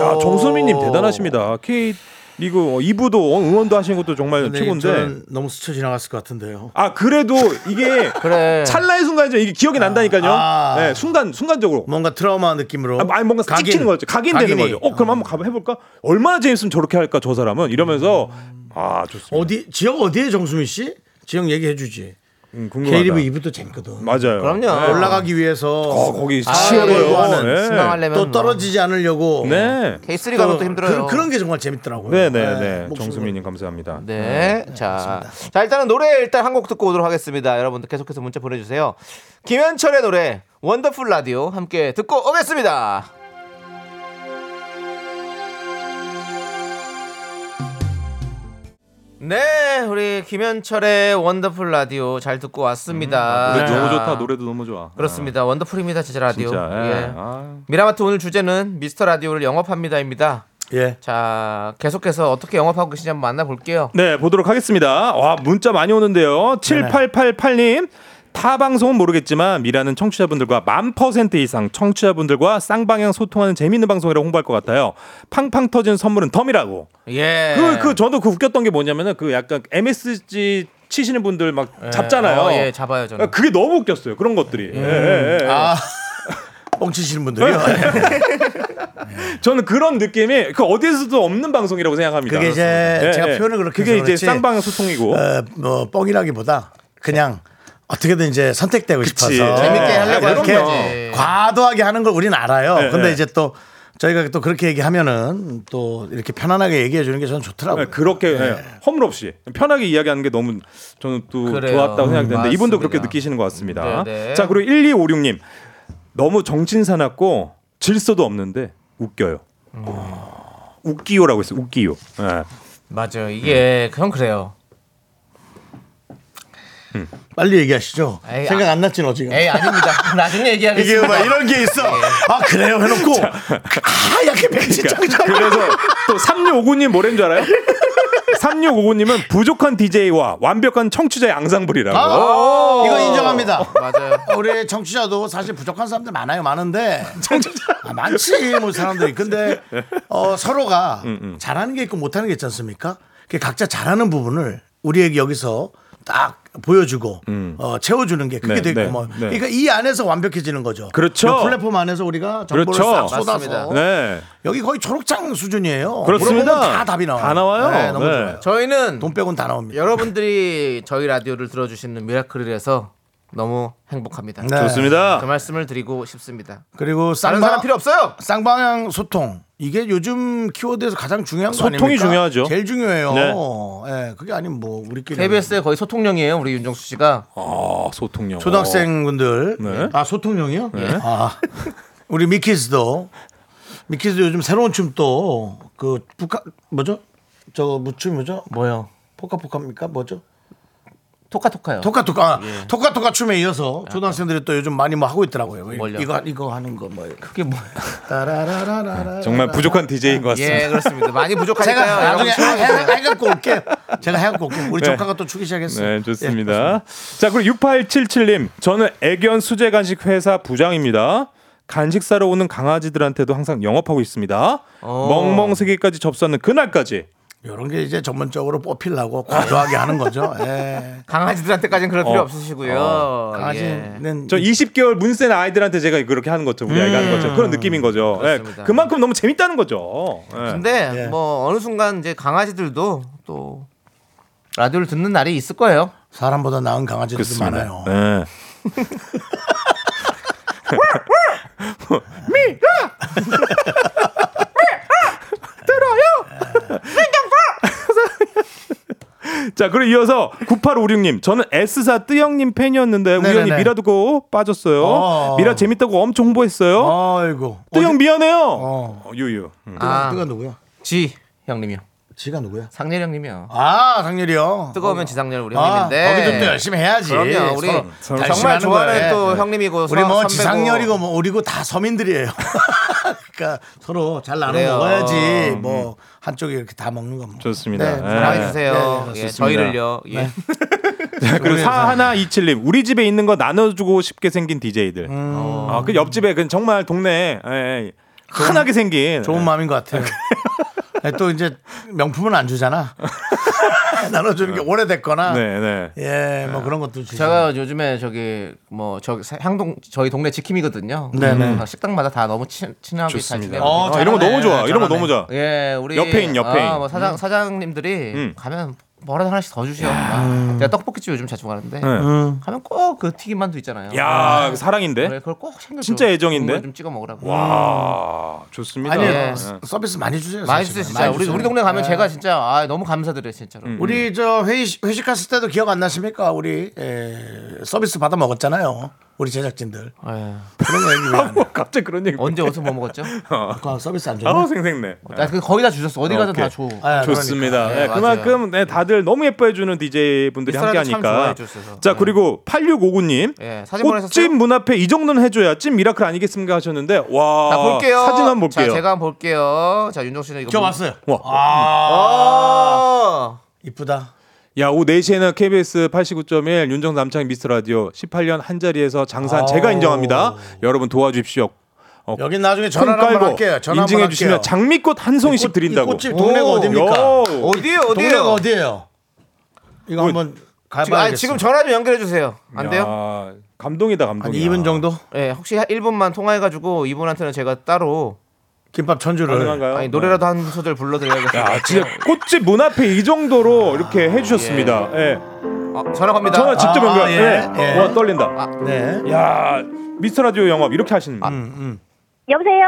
F: 야 정수민님 대단하십니다. K 리그 2부도 어, 응원도 하시는 것도 정말
A: 근데
F: 최고인데.
A: 네, 저는 너무 스쳐 지나갔을 것 같은데요.
F: 아 그래도 이게
B: 그래.
F: 찰나의 순간이죠. 이게 기억이 난다니까요.
A: 아.
F: 네, 순간 순간적으로.
A: 뭔가 트라우마 느낌으로.
F: 아, 아니 뭔가 찍히는 거죠. 각인되는
A: 각인이.
F: 거죠. 어 그럼 한번 가봐 해볼까? 얼마나 재밌으면 저렇게 할까 저 사람은 이러면서 아 좋습니다.
A: 어디 지역 어디에 정수민 씨? 지역 얘기해 주지.
F: 음,
A: K리브
F: 궁금하다.
A: 2부도 재밌거든.
F: 맞아요. 네.
B: 그럼요. 아, 네.
A: 올라가기 위해서
F: 어, 거기
A: 그래요?
F: 치열해요.
A: 하는
B: 승강하려면
A: 또 떨어지지 않으려고.
F: 네.
B: K3 가면 또 힘들어요.
A: 그, 런게 정말 재밌더라고요.
F: 네, 네,
A: 네,
F: 네.
A: 목숨을
F: 정수민님 감사합니다.
B: 네. 자. 자, 일단은 노래 일단 한 곡 듣고 오도록 하겠습니다. 여러분들 계속해서 문자 보내 주세요. 김현철의 노래 원더풀 라디오 함께 듣고 오겠습니다. 네, 우리 김현철의 원더풀 라디오 잘 듣고
F: 음, 아,
B: 왔습니다.
F: 노래 너무
B: 자,
F: 좋다. 노래도 너무 좋아.
B: 그렇습니다. 원더풀입니다, 진짜 라디오.
F: 진짜. 예.
B: 예.
F: 아,
B: 미라마트 오늘 주제는 미스터 라디오를 영업합니다입니다.
A: 예.
B: 자, 계속해서 어떻게 영업하고 계신지 한번 만나볼게요.
F: 네, 보도록 하겠습니다. 와, 문자 많이 오는데요. 7888님. 타 방송은 모르겠지만 미라는 청취자분들과 만 퍼센트 이상 청취자분들과 쌍방향 소통하는 재미있는 방송이라 홍보할 것 같아요. 팡팡 터진 선물은 덤이라고.
B: 예.
F: 그
A: 네.
F: 그 저도 그 웃겼던 게 뭐냐면은 그 약간 MSG 치시는 분들 막
A: 네.
F: 잡잖아요.
B: 어, 예, 잡아요, 저는.
F: 그게 너무 웃겼어요. 그런 것들이. 예, 예, 예.
A: 음. 아. 뻥치시는 분들이요.
F: 네.
A: 예.
F: 저는 그런 느낌이 그 어디에서도 없는 방송이라고 생각합니다.
A: 그게 이제
F: 그렇습니다.
A: 제가 표현을 그렇게
F: 그게
A: 해서
F: 이제
A: 그렇지.
F: 쌍방향 소통이고.
A: 어, 뭐 뻥이라기보다 그냥 어떻게든 이제 선택되고 싶어서
F: 재밌게
B: 하려고 하는
A: 이렇게
B: 거지.
A: 과도하게 하는 걸 우리는 알아요.
F: 네,
A: 근데
F: 네.
A: 이제 또 저희가 또 그렇게 얘기하면은 또 이렇게 편안하게 얘기해 주는 게 저는 좋더라고요.
F: 네, 그렇게 예, 허물 없이 편하게 이야기하는 게 너무 저는 또
B: 그래요. 음,
F: 좋았다고 생각되는데 이분도
B: 맞습니다.
F: 그렇게 느끼시는 것 같습니다.
B: 네, 네.
F: 자 그리고 1256님 너무 정신 사납고 질서도 없는데 웃겨요. 아, 웃기요라고 했어요. 웃기요. 예.
B: 맞아요. 이게 그건 그래요.
A: 빨리 얘기하시죠.
B: 에이, 아,
A: 생각 안 났지 너 지금.
B: 에이 예, 아닙니다. 나중에
A: 이게 막
B: 얘기하겠습니다. 예.
A: 이런 게 있어. 아 그래요 해놓고 아, 하얗게
B: 그러니까.
A: 백지장장.
F: 그래서 또 3659님 뭐랬는 줄 알아요? 3659님은 부족한 DJ와 완벽한 청취자의 앙상블이라고.
A: 아, 이거 인정합니다.
B: 어,
A: 어,
B: 맞아요.
A: 우리 청취자도 사실 부족한 사람들 많아요. 많은데 아, 많지 뭐 사람들이. 근데 어, 서로가
B: 음,
A: 잘하는 게 있고 못하는 게 있지 않습니까? 그 각자 잘하는 부분을 우리에게 여기서 딱 보여주고
B: 음.
A: 어, 채워주는 게 그게
F: 네,
A: 되게
F: 네,
A: 고마워요.
F: 네.
A: 그러니까 이 안에서 완벽해지는 거죠.
F: 그렇죠.
A: 이 플랫폼 안에서 우리가 정보를
F: 그렇죠.
A: 싹 쏟아서
B: 맞습니다.
F: 네.
A: 여기 거의 초록장 수준이에요.
F: 그렇습니다.
A: 물어보면 다 답이 나와요.
F: 다 나와요.
A: 네, 너무
F: 네.
A: 좋아요.
B: 저희는
A: 돈 빼곤 다 나옵니다.
B: 여러분들이 저희 라디오를 들어주시는 미라클이라서 너무 행복합니다.
A: 네.
F: 예. 좋습니다.
B: 그 말씀을 드리고 싶습니다.
A: 그리고
B: 다른
A: 쌍방,
B: 사람 필요 없어요.
A: 쌍방향 소통 이게 요즘 키워드에서 가장 중요한 거
F: 소통이
A: 아닙니까?
F: 중요하죠.
A: 제일 중요해요.
F: 네.
A: 예, 그게 아니면 뭐 우리끼리
B: KBS의 거의 소통령이에요, 우리 윤정수 씨가.
F: 아, 소통령.
A: 초등학생분들
F: 네.
A: 아 소통용이요? 아 우리 미키스도 미키스도 요즘 새로운 춤 또 그 북한 뭐죠? 저 무춤 뭐죠?
B: 뭐요?
A: 포카포카입니까? 뭐죠?
B: 토카토카요.
A: 토카토카 아,
B: 예.
A: 토카토카 춤에 이어서 초등학생들이 또 요즘 많이 뭐 하고 있더라고요.
B: 아, 네. 뭘요?
A: 이거 이거 하는 거 뭐.
B: 그게 뭐예요?
A: 따라라라라라.
F: 네, 정말 부족한 DJ인 것 같습니다.
B: 예, 그렇습니다. 많이 부족하니까요.
A: 제가 나중에
B: 여러분
A: 해- 해- 해갖고 올게. 제가 해갖고 올게. 우리 조카가 또 추기 시작했어요.
F: 네,
A: 예,
F: 좋습니다. 자, 그리고 6877님. 저는 애견 수제 간식 회사 부장입니다. 간식 사러 오는 강아지들한테도 항상 영업하고 있습니다. 멍멍 세계까지 접수하는 그날까지.
A: 이런 게 이제 전문적으로 뽑히려고 과도하게 하는 거죠. 예.
B: 강아지들한테까지는 그럴 필요
F: 어.
B: 없으시고요. 예.
A: 강아지는
F: 저 20개월 문센 아이들한테 제가 그렇게 하는 것처럼 우리 아이가 하는 것처럼 그런 느낌인 거죠. 예,
B: 그렇습니다.
F: 그만큼 너무 재밌다는 거죠. 예.
B: 근데
A: 예.
B: 뭐 어느 순간 이제 강아지들도 또 라디오를 듣는 날이 있을 거예요.
A: 사람보다 나은 강아지들도
F: 그렇습니다.
A: 많아요.
F: 예. 자, 그리고 이어서 9856님. 저는 S사 뜨영님 팬이었는데 우연히
A: 네네네.
F: 미라 듣고 빠졌어요.
A: 어.
F: 미라 재밌다고 엄청 홍보했어요.
A: 아이고.
F: 뜨영 미안해요.
A: 어.
F: 어, 유유. 음.
A: 아.
B: 아.
A: 뜨가 누구야?
B: 지 형님이요.
A: 지가 누구야?
B: 상렬 형님이요.
A: 아, 상렬이요.
B: 뜨거우면 지상렬 우리
A: 아,
B: 형님인데.
A: 거기도 또 열심히 해야지.
B: 그럼요. 우리
A: 예, 서로
B: 정말
A: 결심하는
B: 좋아하는
A: 거예요.
B: 또 형님이고
A: 우리
B: 서-
A: 뭐
B: 선배고.
A: 지상렬이고 뭐 우리고 다 서민들이에요. 그러니까 서로 잘 나눠
B: 그래요. 음.
A: 먹어야지. 뭐 한쪽이 이렇게 다 먹는 건 뭐.
F: 좋습니다.
A: 네,
F: 예.
B: 사랑해
A: 네,
B: 주세요.
A: 네, 좋습니다.
B: 예,
A: 네.
B: 저희를요. 예.
F: 네, 그리고 4127님 우리 집에 있는 거 나눠주고 싶게 생긴 DJ들.
B: 음.
F: 아, 그 옆집에 그 정말 동네 에, 에, 흔하게 생긴 예.
A: 좋은 마음인 것 같아요.
B: 네.
A: 네, 또 이제 명품은 안 주잖아. 나눠주는 게 오래됐거나.
F: 네, 네.
A: 예, 뭐 그런 것도 주죠.
B: 제가 요즘에 저기 뭐 저기 사- 향동 저희 동네 지킴이거든요.
A: 네네.
B: 음, 식당마다 다 너무 친, 친하게 잘
F: 좋습니다.
B: 지내고.
F: 어, 이런 거
A: 잘하네,
F: 너무 좋아. 이런 거
A: 잘하네.
F: 너무 좋아.
B: 예, 우리
F: 옆에인, 옆에인.
B: 아, 뭐 사장 사장님들이
F: 음.
B: 가면 뭐라도 하나씩 더 주시오. 제가 떡볶이집 요즘 자주 가는데
F: 네.
B: 가면 꼭 그 튀김만두 있잖아요.
F: 야,
B: 그래,
F: 사랑인데.
B: 그걸 꼭 챙겨.
F: 진짜 애정인데?
B: 좀 찍어 먹으라고.
F: 와, 좋습니다.
A: 아니
B: 예.
A: 서- 서비스 많이 주세요.
B: 많이
A: 사실은.
B: 주세요 진짜. 우리
A: 주세요.
B: 우리 동네 가면
A: 예.
B: 제가 진짜 아, 너무 감사드려요 진짜로.
F: 음.
A: 우리 저 회식 회식했을 때도 기억 안 나십니까? 우리 에, 서비스 받아 먹었잖아요. 우리 제작진들
B: 예.
A: 그런 거 얘기 왜안 해?
F: 어, 갑자기 그런 얘기.
B: 언제 어디서 뭐 먹었죠?
A: 아까 서비스 안
F: 아,
A: 줬나?
F: 생생내.
B: 나 그 거의 다 주셨어. 어디 가든 다 줘.
F: 오케이.
A: 아,
F: 좋습니다.
B: 그러니까.
F: 예,
B: 네,
F: 그만큼 네, 다들 너무 예뻐해 주는 DJ 분들이
B: 미스터라도
F: 함께
B: 참
F: 하니까.
B: 좋아해 주셔서.
F: 자,
B: 네.
F: 그리고 8659님.
B: 예,
F: 꽃집
B: 사진 보내셨어요?
F: 문 앞에 이 정도는 해줘야 찐 미라클 아니겠습니까 하셨는데 와
B: 자 볼게요.
F: 사진 한번 볼게요.
B: 자 제가 한번 볼게요. 자 윤정 씨는 이거
A: 저
B: 보-
A: 왔어요.
F: 와.
B: 아.
A: 이쁘다.
F: 야, 오후 4시에는 KBS 89.1 윤정 남창 미스터 라디오 18년 한 자리에서 장사한 제가 인정합니다. 여러분 도와주십시오. 어,
A: 여긴 나중에
F: 큰
A: 전화 한번 할게요. 전화
F: 인증해
A: 한번
F: 주시면
A: 할게요.
F: 장미꽃 한 송이씩 드린다고.
A: 이 꽃집 동네가 어딥니까?
F: 요.
B: 어디요 어디요?
A: 동네가 어디예요? 이거
F: 뭐,
A: 한번
B: 지금, 아니,
A: 가봐야겠어요.
B: 지금 전화 좀 연결해 주세요. 안 돼요?
F: 야, 감동이다 감동.
A: 한 2분 정도
B: 예, 혹시 1분만 통화해가지고 이분한테는 제가 따로
A: 김밥 천주를
F: 가능한가요?
B: 아니, 노래라도 한 소절 불러드려야겠어요.
F: 네. 야, 진짜 꽃집 문 앞에 이 정도로 이렇게 해주셨습니다. 예.
B: 어, 전화 갑니다.
F: 전화 직접
A: 아,
F: 연결.
A: 예,
F: 예.
A: 예.
F: 와 떨린다.
A: 네.
B: 음,
A: 음,
F: 야, 미스터 라디오 영업 이렇게 하시는. 아,
H: 여보세요?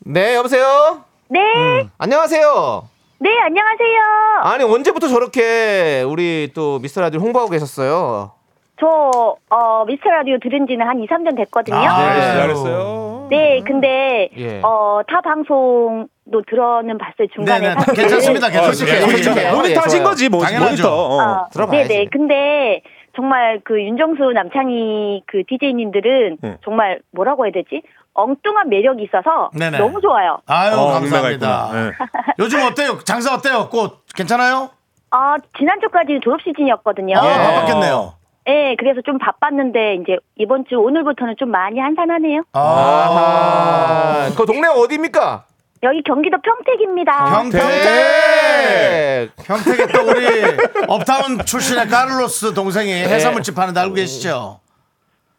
B: 네, 여보세요.
H: 네,
A: 음.
B: 안녕하세요.
H: 네, 안녕하세요.
B: 아니 언제부터 저렇게 우리 또 미스터 라디오 홍보하고 계셨어요?
H: 저, 어, 미스터 라디오 들은 지는 한 2, 3년 됐거든요.
A: 아, 네.
F: 잘했어요.
H: 네, 근데,
B: 예.
H: 어, 타 방송도 들어는 봤어요, 중간에.
A: 네네.
H: 사실.
B: 아,
A: 괜찮습니다.
F: 솔직해,
A: 괜찮습니다.
B: 솔직해.
A: 솔직해요.
F: 모니터
B: 예,
F: 하신
B: 좋아요.
F: 거지, 뭐,
A: 당연하죠. 아.
F: 모니터. 어.
H: 어,
B: 들어봐야지.
H: 네네. 근데, 정말 그 윤정수 남창희 그 DJ님들은
F: 음.
H: 정말 뭐라고 해야 되지? 엉뚱한 매력이 있어서
A: 네네.
H: 너무 좋아요.
A: 아유
F: 어, 감사가
A: 감사합니다.
F: 있구나. 예.
A: 요즘 어때요? 장사 어때요? 꽃 괜찮아요?
H: 아, 지난주까지는 졸업 시즌이었거든요.
A: 아,
F: 예.
A: 바빴겠네요.
H: 네, 그래서 좀 바빴는데, 이제 이번 주 오늘부터는 좀 많이 한산하네요.
A: 아.
B: 아, 그 동네 어디입니까?
H: 여기 경기도 평택입니다.
F: 네.
A: 평택. 평택에 또 우리 업타운 출신의 카를로스 동생이 해산물집 하는데 알고 계시죠?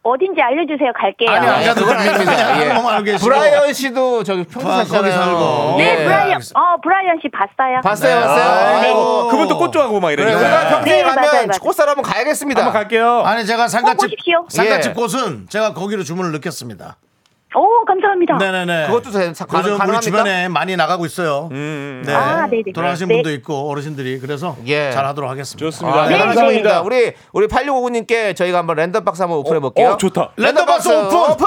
H: 어딘지 알려주세요. 갈게요.
A: 아니,
B: 아,
A: 아니,
B: 그건 아닙니다. 예.
A: 그냥 알고 계시고.
B: 브라이언 씨도 저기 평택
A: 아, 거기
B: 사시잖아요.
A: 살고.
H: 네,
A: 예.
H: 브라이언. 어, 브라이언 씨 봤어요.
B: 봤어요, 봤어요.
A: 아이고.
F: 어, 그분도 꽃 좋아하고 막 이러니까.
B: 제가 평택에
H: 네, 맞아요,
B: 가면
H: 맞아요.
B: 꽃사람 한번 가야겠습니다.
F: 한번 갈게요.
A: 아니 제가
H: 꼭
A: 상가집
H: 보십시오.
A: 상가집
B: 예.
A: 꽃은 제가 거기로 주문을 넣겠습니다.
H: 네. 오, 감사합니다.
A: 네네네.
B: 그것도 자- 자- 가능-
A: 요즘
B: 가능합니까? 음,
A: 우리 주변에 많이 나가고 있어요. 네.
H: 아, 네네.
A: 돌아가신
H: 네.
A: 분도 있고 어르신들이 그래서
B: 예.
A: 잘 하도록 하겠습니다.
I: 좋습니다.
B: 네,
I: 네,
B: 감사합니다.
I: 감사합니다.
B: 우리 우리 8659님께 저희가 한번 랜덤 박스 한번 오픈해 볼게요.
I: 어, 좋다.
A: 랜덤 박스 오픈!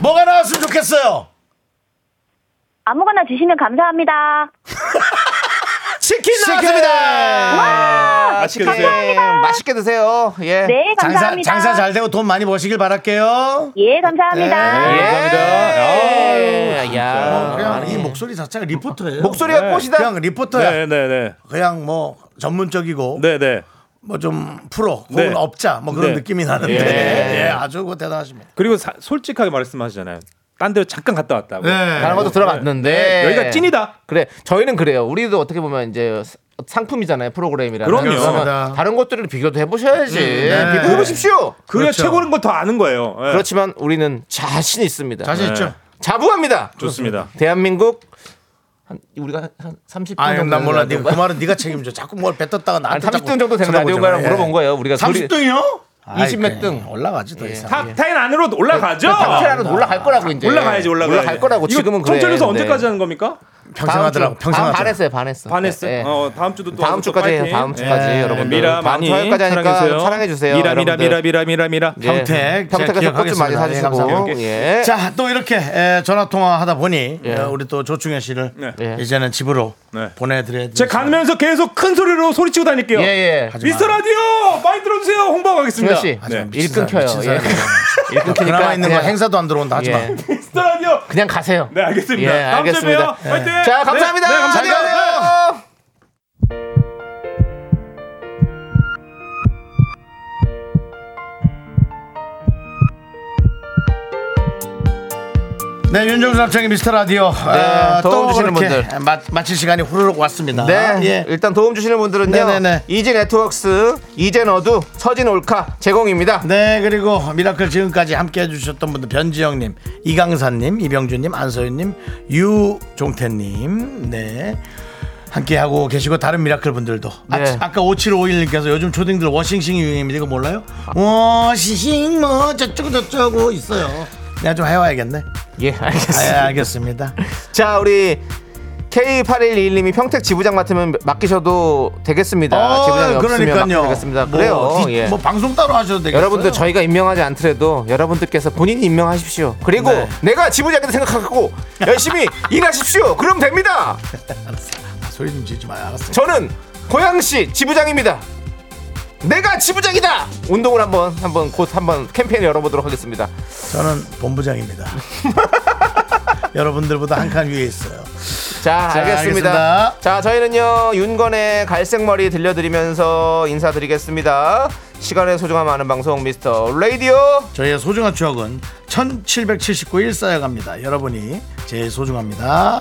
A: 뭐가 나왔으면 좋겠어요.
H: 아무거나 주시면 감사합니다.
B: 치킨
A: 치킨!
B: 아, 나왔습니다.
I: 맛있게 드세요.
B: 감사합니다. 맛있게 드세요. 예.
H: 네,
A: 장사,
H: 감사합니다.
A: 장사 잘 되고 돈 많이 버시길 바랄게요.
H: 예, 감사합니다.
I: 네, 감사합니다.
B: 예. 야,
A: 그냥
B: 아니,
A: 이 목소리 자체가 리포터예요. 네.
B: 목소리가 꽃이다.
A: 그냥 리포터야.
I: 네, 네, 네.
A: 그냥 뭐 전문적이고
I: 네, 네.
A: 뭐 좀 프로 혹은
I: 네.
A: 업자 뭐 그런
I: 네.
A: 느낌이 나는데
B: 예.
A: 예, 아주 그 대단하십니다.
I: 그리고 사- 솔직하게 말씀하시잖아요. 딴 데로 잠깐 갔다 왔다고.
B: 다른 것도 들어봤는데
I: 네, 여기가 찐이다.
B: 그래, 저희는 그래요. 우리도 어떻게 보면 이제 상품이잖아요, 프로그램이라는.
I: 그럼요.
A: 그렇습니다.
B: 다른 것들을 비교도 해보셔야지.
A: 네.
B: 비교해 보십시오.
I: 그래야
A: 그렇죠.
I: 최고인 걸 더 아는 거예요. 예.
B: 그렇지만 우리는 자신 있습니다.
A: 자신 있죠?
B: 자부합니다.
I: 좋습니다.
B: 예. 대한민국 한 우리가 한 30분
A: 아유
B: 정도
A: 난 몰라. 네가
B: 되는
A: 그
B: 라디오인가요?
A: 말은 네가 책임져. 자꾸 뭘 뱉었다가
B: 아니,
A: 나한테
B: 30분 정도 되는 라디오가라고 물어본 거예요. 우리가
A: 30등이요?
B: 20몇 등. 예.
A: 올라가지 더 이상. 예.
I: 탑10 안으로 올라가죠.
B: 네,
I: 네.
B: 탑테라는 올라갈 거라고 이제.
I: 올라가야지, 올라가야지.
B: 올라갈 거라고
I: 이거
B: 지금은 그래. 네.
I: 컨트롤에서
B: 근데
I: 언제까지 하는 겁니까?
A: 평생
B: 다음
A: 하더라고.
B: 주-
A: 평생
B: 다음
A: 하더라고.
B: 반했어요, 반했어.
I: 반했어.
B: 예, 예.
I: 어, 다음 주도 또 네.
B: 다음 주까지 해요. 다음 주까지 여러분들
I: 미라
B: 다음
I: 많이
B: 주 화요일까지 하니까
I: 사랑해주세요.
B: 사랑해주세요,
I: 미라 미라
B: 여러분들.
I: 미라 미라 미라 미라.
B: 예.
A: 평택.
B: 평택에서
A: 제가
B: 꽃 좀
A: 기억하겠습니다.
B: 많이
A: 예,
B: 사주시고.
A: 감사합니다.
B: 예.
A: 자, 또 이렇게 에, 전화 통화 하다 보니
B: 예.
A: 어, 우리 또 조충현 씨를
I: 네.
B: 예.
A: 이제는 집으로
I: 네.
A: 보내드려야
I: 제가 가면서 계속 큰 소리로 소리치고 다닐게요.
B: 예, 예.
A: 하지
I: 미스터
A: 마.
I: 라디오 많이 들어주세요. 홍보 가겠습니다. 네.
B: 승현 씨,
A: 하지마.
B: 일
A: 미친
B: 끊겨요.
A: 사람, 미친
B: 예. 일
A: 그나마
B: 끊기니까
A: 있는 거
B: 그냥-
A: 행사도 안 들어온다 하지 마.
B: 예.
I: 미스터 라디오.
B: 그냥 가세요.
I: 네 알겠습니다.
B: 예,
I: 다음 주에
B: 알겠습니다.
I: 봬요. 화이팅.
B: 자, 감사합니다.
I: 네, 네, 감사합니다.
B: 안녕히 가세요.
A: 네, 윤정수 남창의 미스터 라디오. 아,
B: 네, 도움
A: 또
B: 주시는
A: 이렇게
B: 분들.
A: 마, 마칠 시간이 후루룩 왔습니다.
B: 네,
A: 예.
B: 일단 도움 주시는 분들은요.
A: 네네네.
B: 이지 네트워크스, 이젠 어두, 서진 올카 제공입니다.
A: 네, 그리고 미라클 지금까지 함께 해주셨던 분들 변지영님, 이강사님, 이병준님, 안서윤님, 유종태님, 네. 함께 하고 계시고 다른 미라클 분들도
B: 네.
A: 아, 까 5751님께서 요즘 초딩들 워싱싱이 유행입니다 이거 몰라요?
B: 아.
A: 워싱싱 뭐 저쩌고 저쩌고 있어요 내가 좀 해와야겠네
B: 예, 알겠습니다.
A: 아, 예, 알겠습니다
B: 자, 우리 K8121님이 평택 지부장 맡으면 맡기셔도 되겠습니다. 지부장 없으면 맡기도 되겠습니다. 그래요.
A: 어, 뭐, 디-
B: 예.
A: 뭐 방송 따로 하셔도 되겠어요
B: 여러분들 저희가 임명하지 않더라도 여러분들께서 본인이 임명하십시오. 그리고
A: 네.
B: 내가 지부장이라 생각하고 열심히 일하십시오. 그럼 됩니다.
A: 아, 소리 좀 지지 마요 알았어
B: 저는 고양시 지부장입니다. 내가 지부장이다. 운동을 한번 한번 곧 한번 캠페인 열어보도록 하겠습니다.
A: 저는 본부장입니다. 여러분들보다 한 칸 위에 있어요.
B: 자,
A: 자,
B: 알겠습니다.
A: 알겠습니다.
B: 자, 저희는요 윤건의 갈색머리 들려드리면서 인사드리겠습니다. 시간의 소중함 아는 방송 미스터 라디오.
A: 저희의 소중한 추억은 1779일 쌓여갑니다. 여러분이 제일 소중합니다.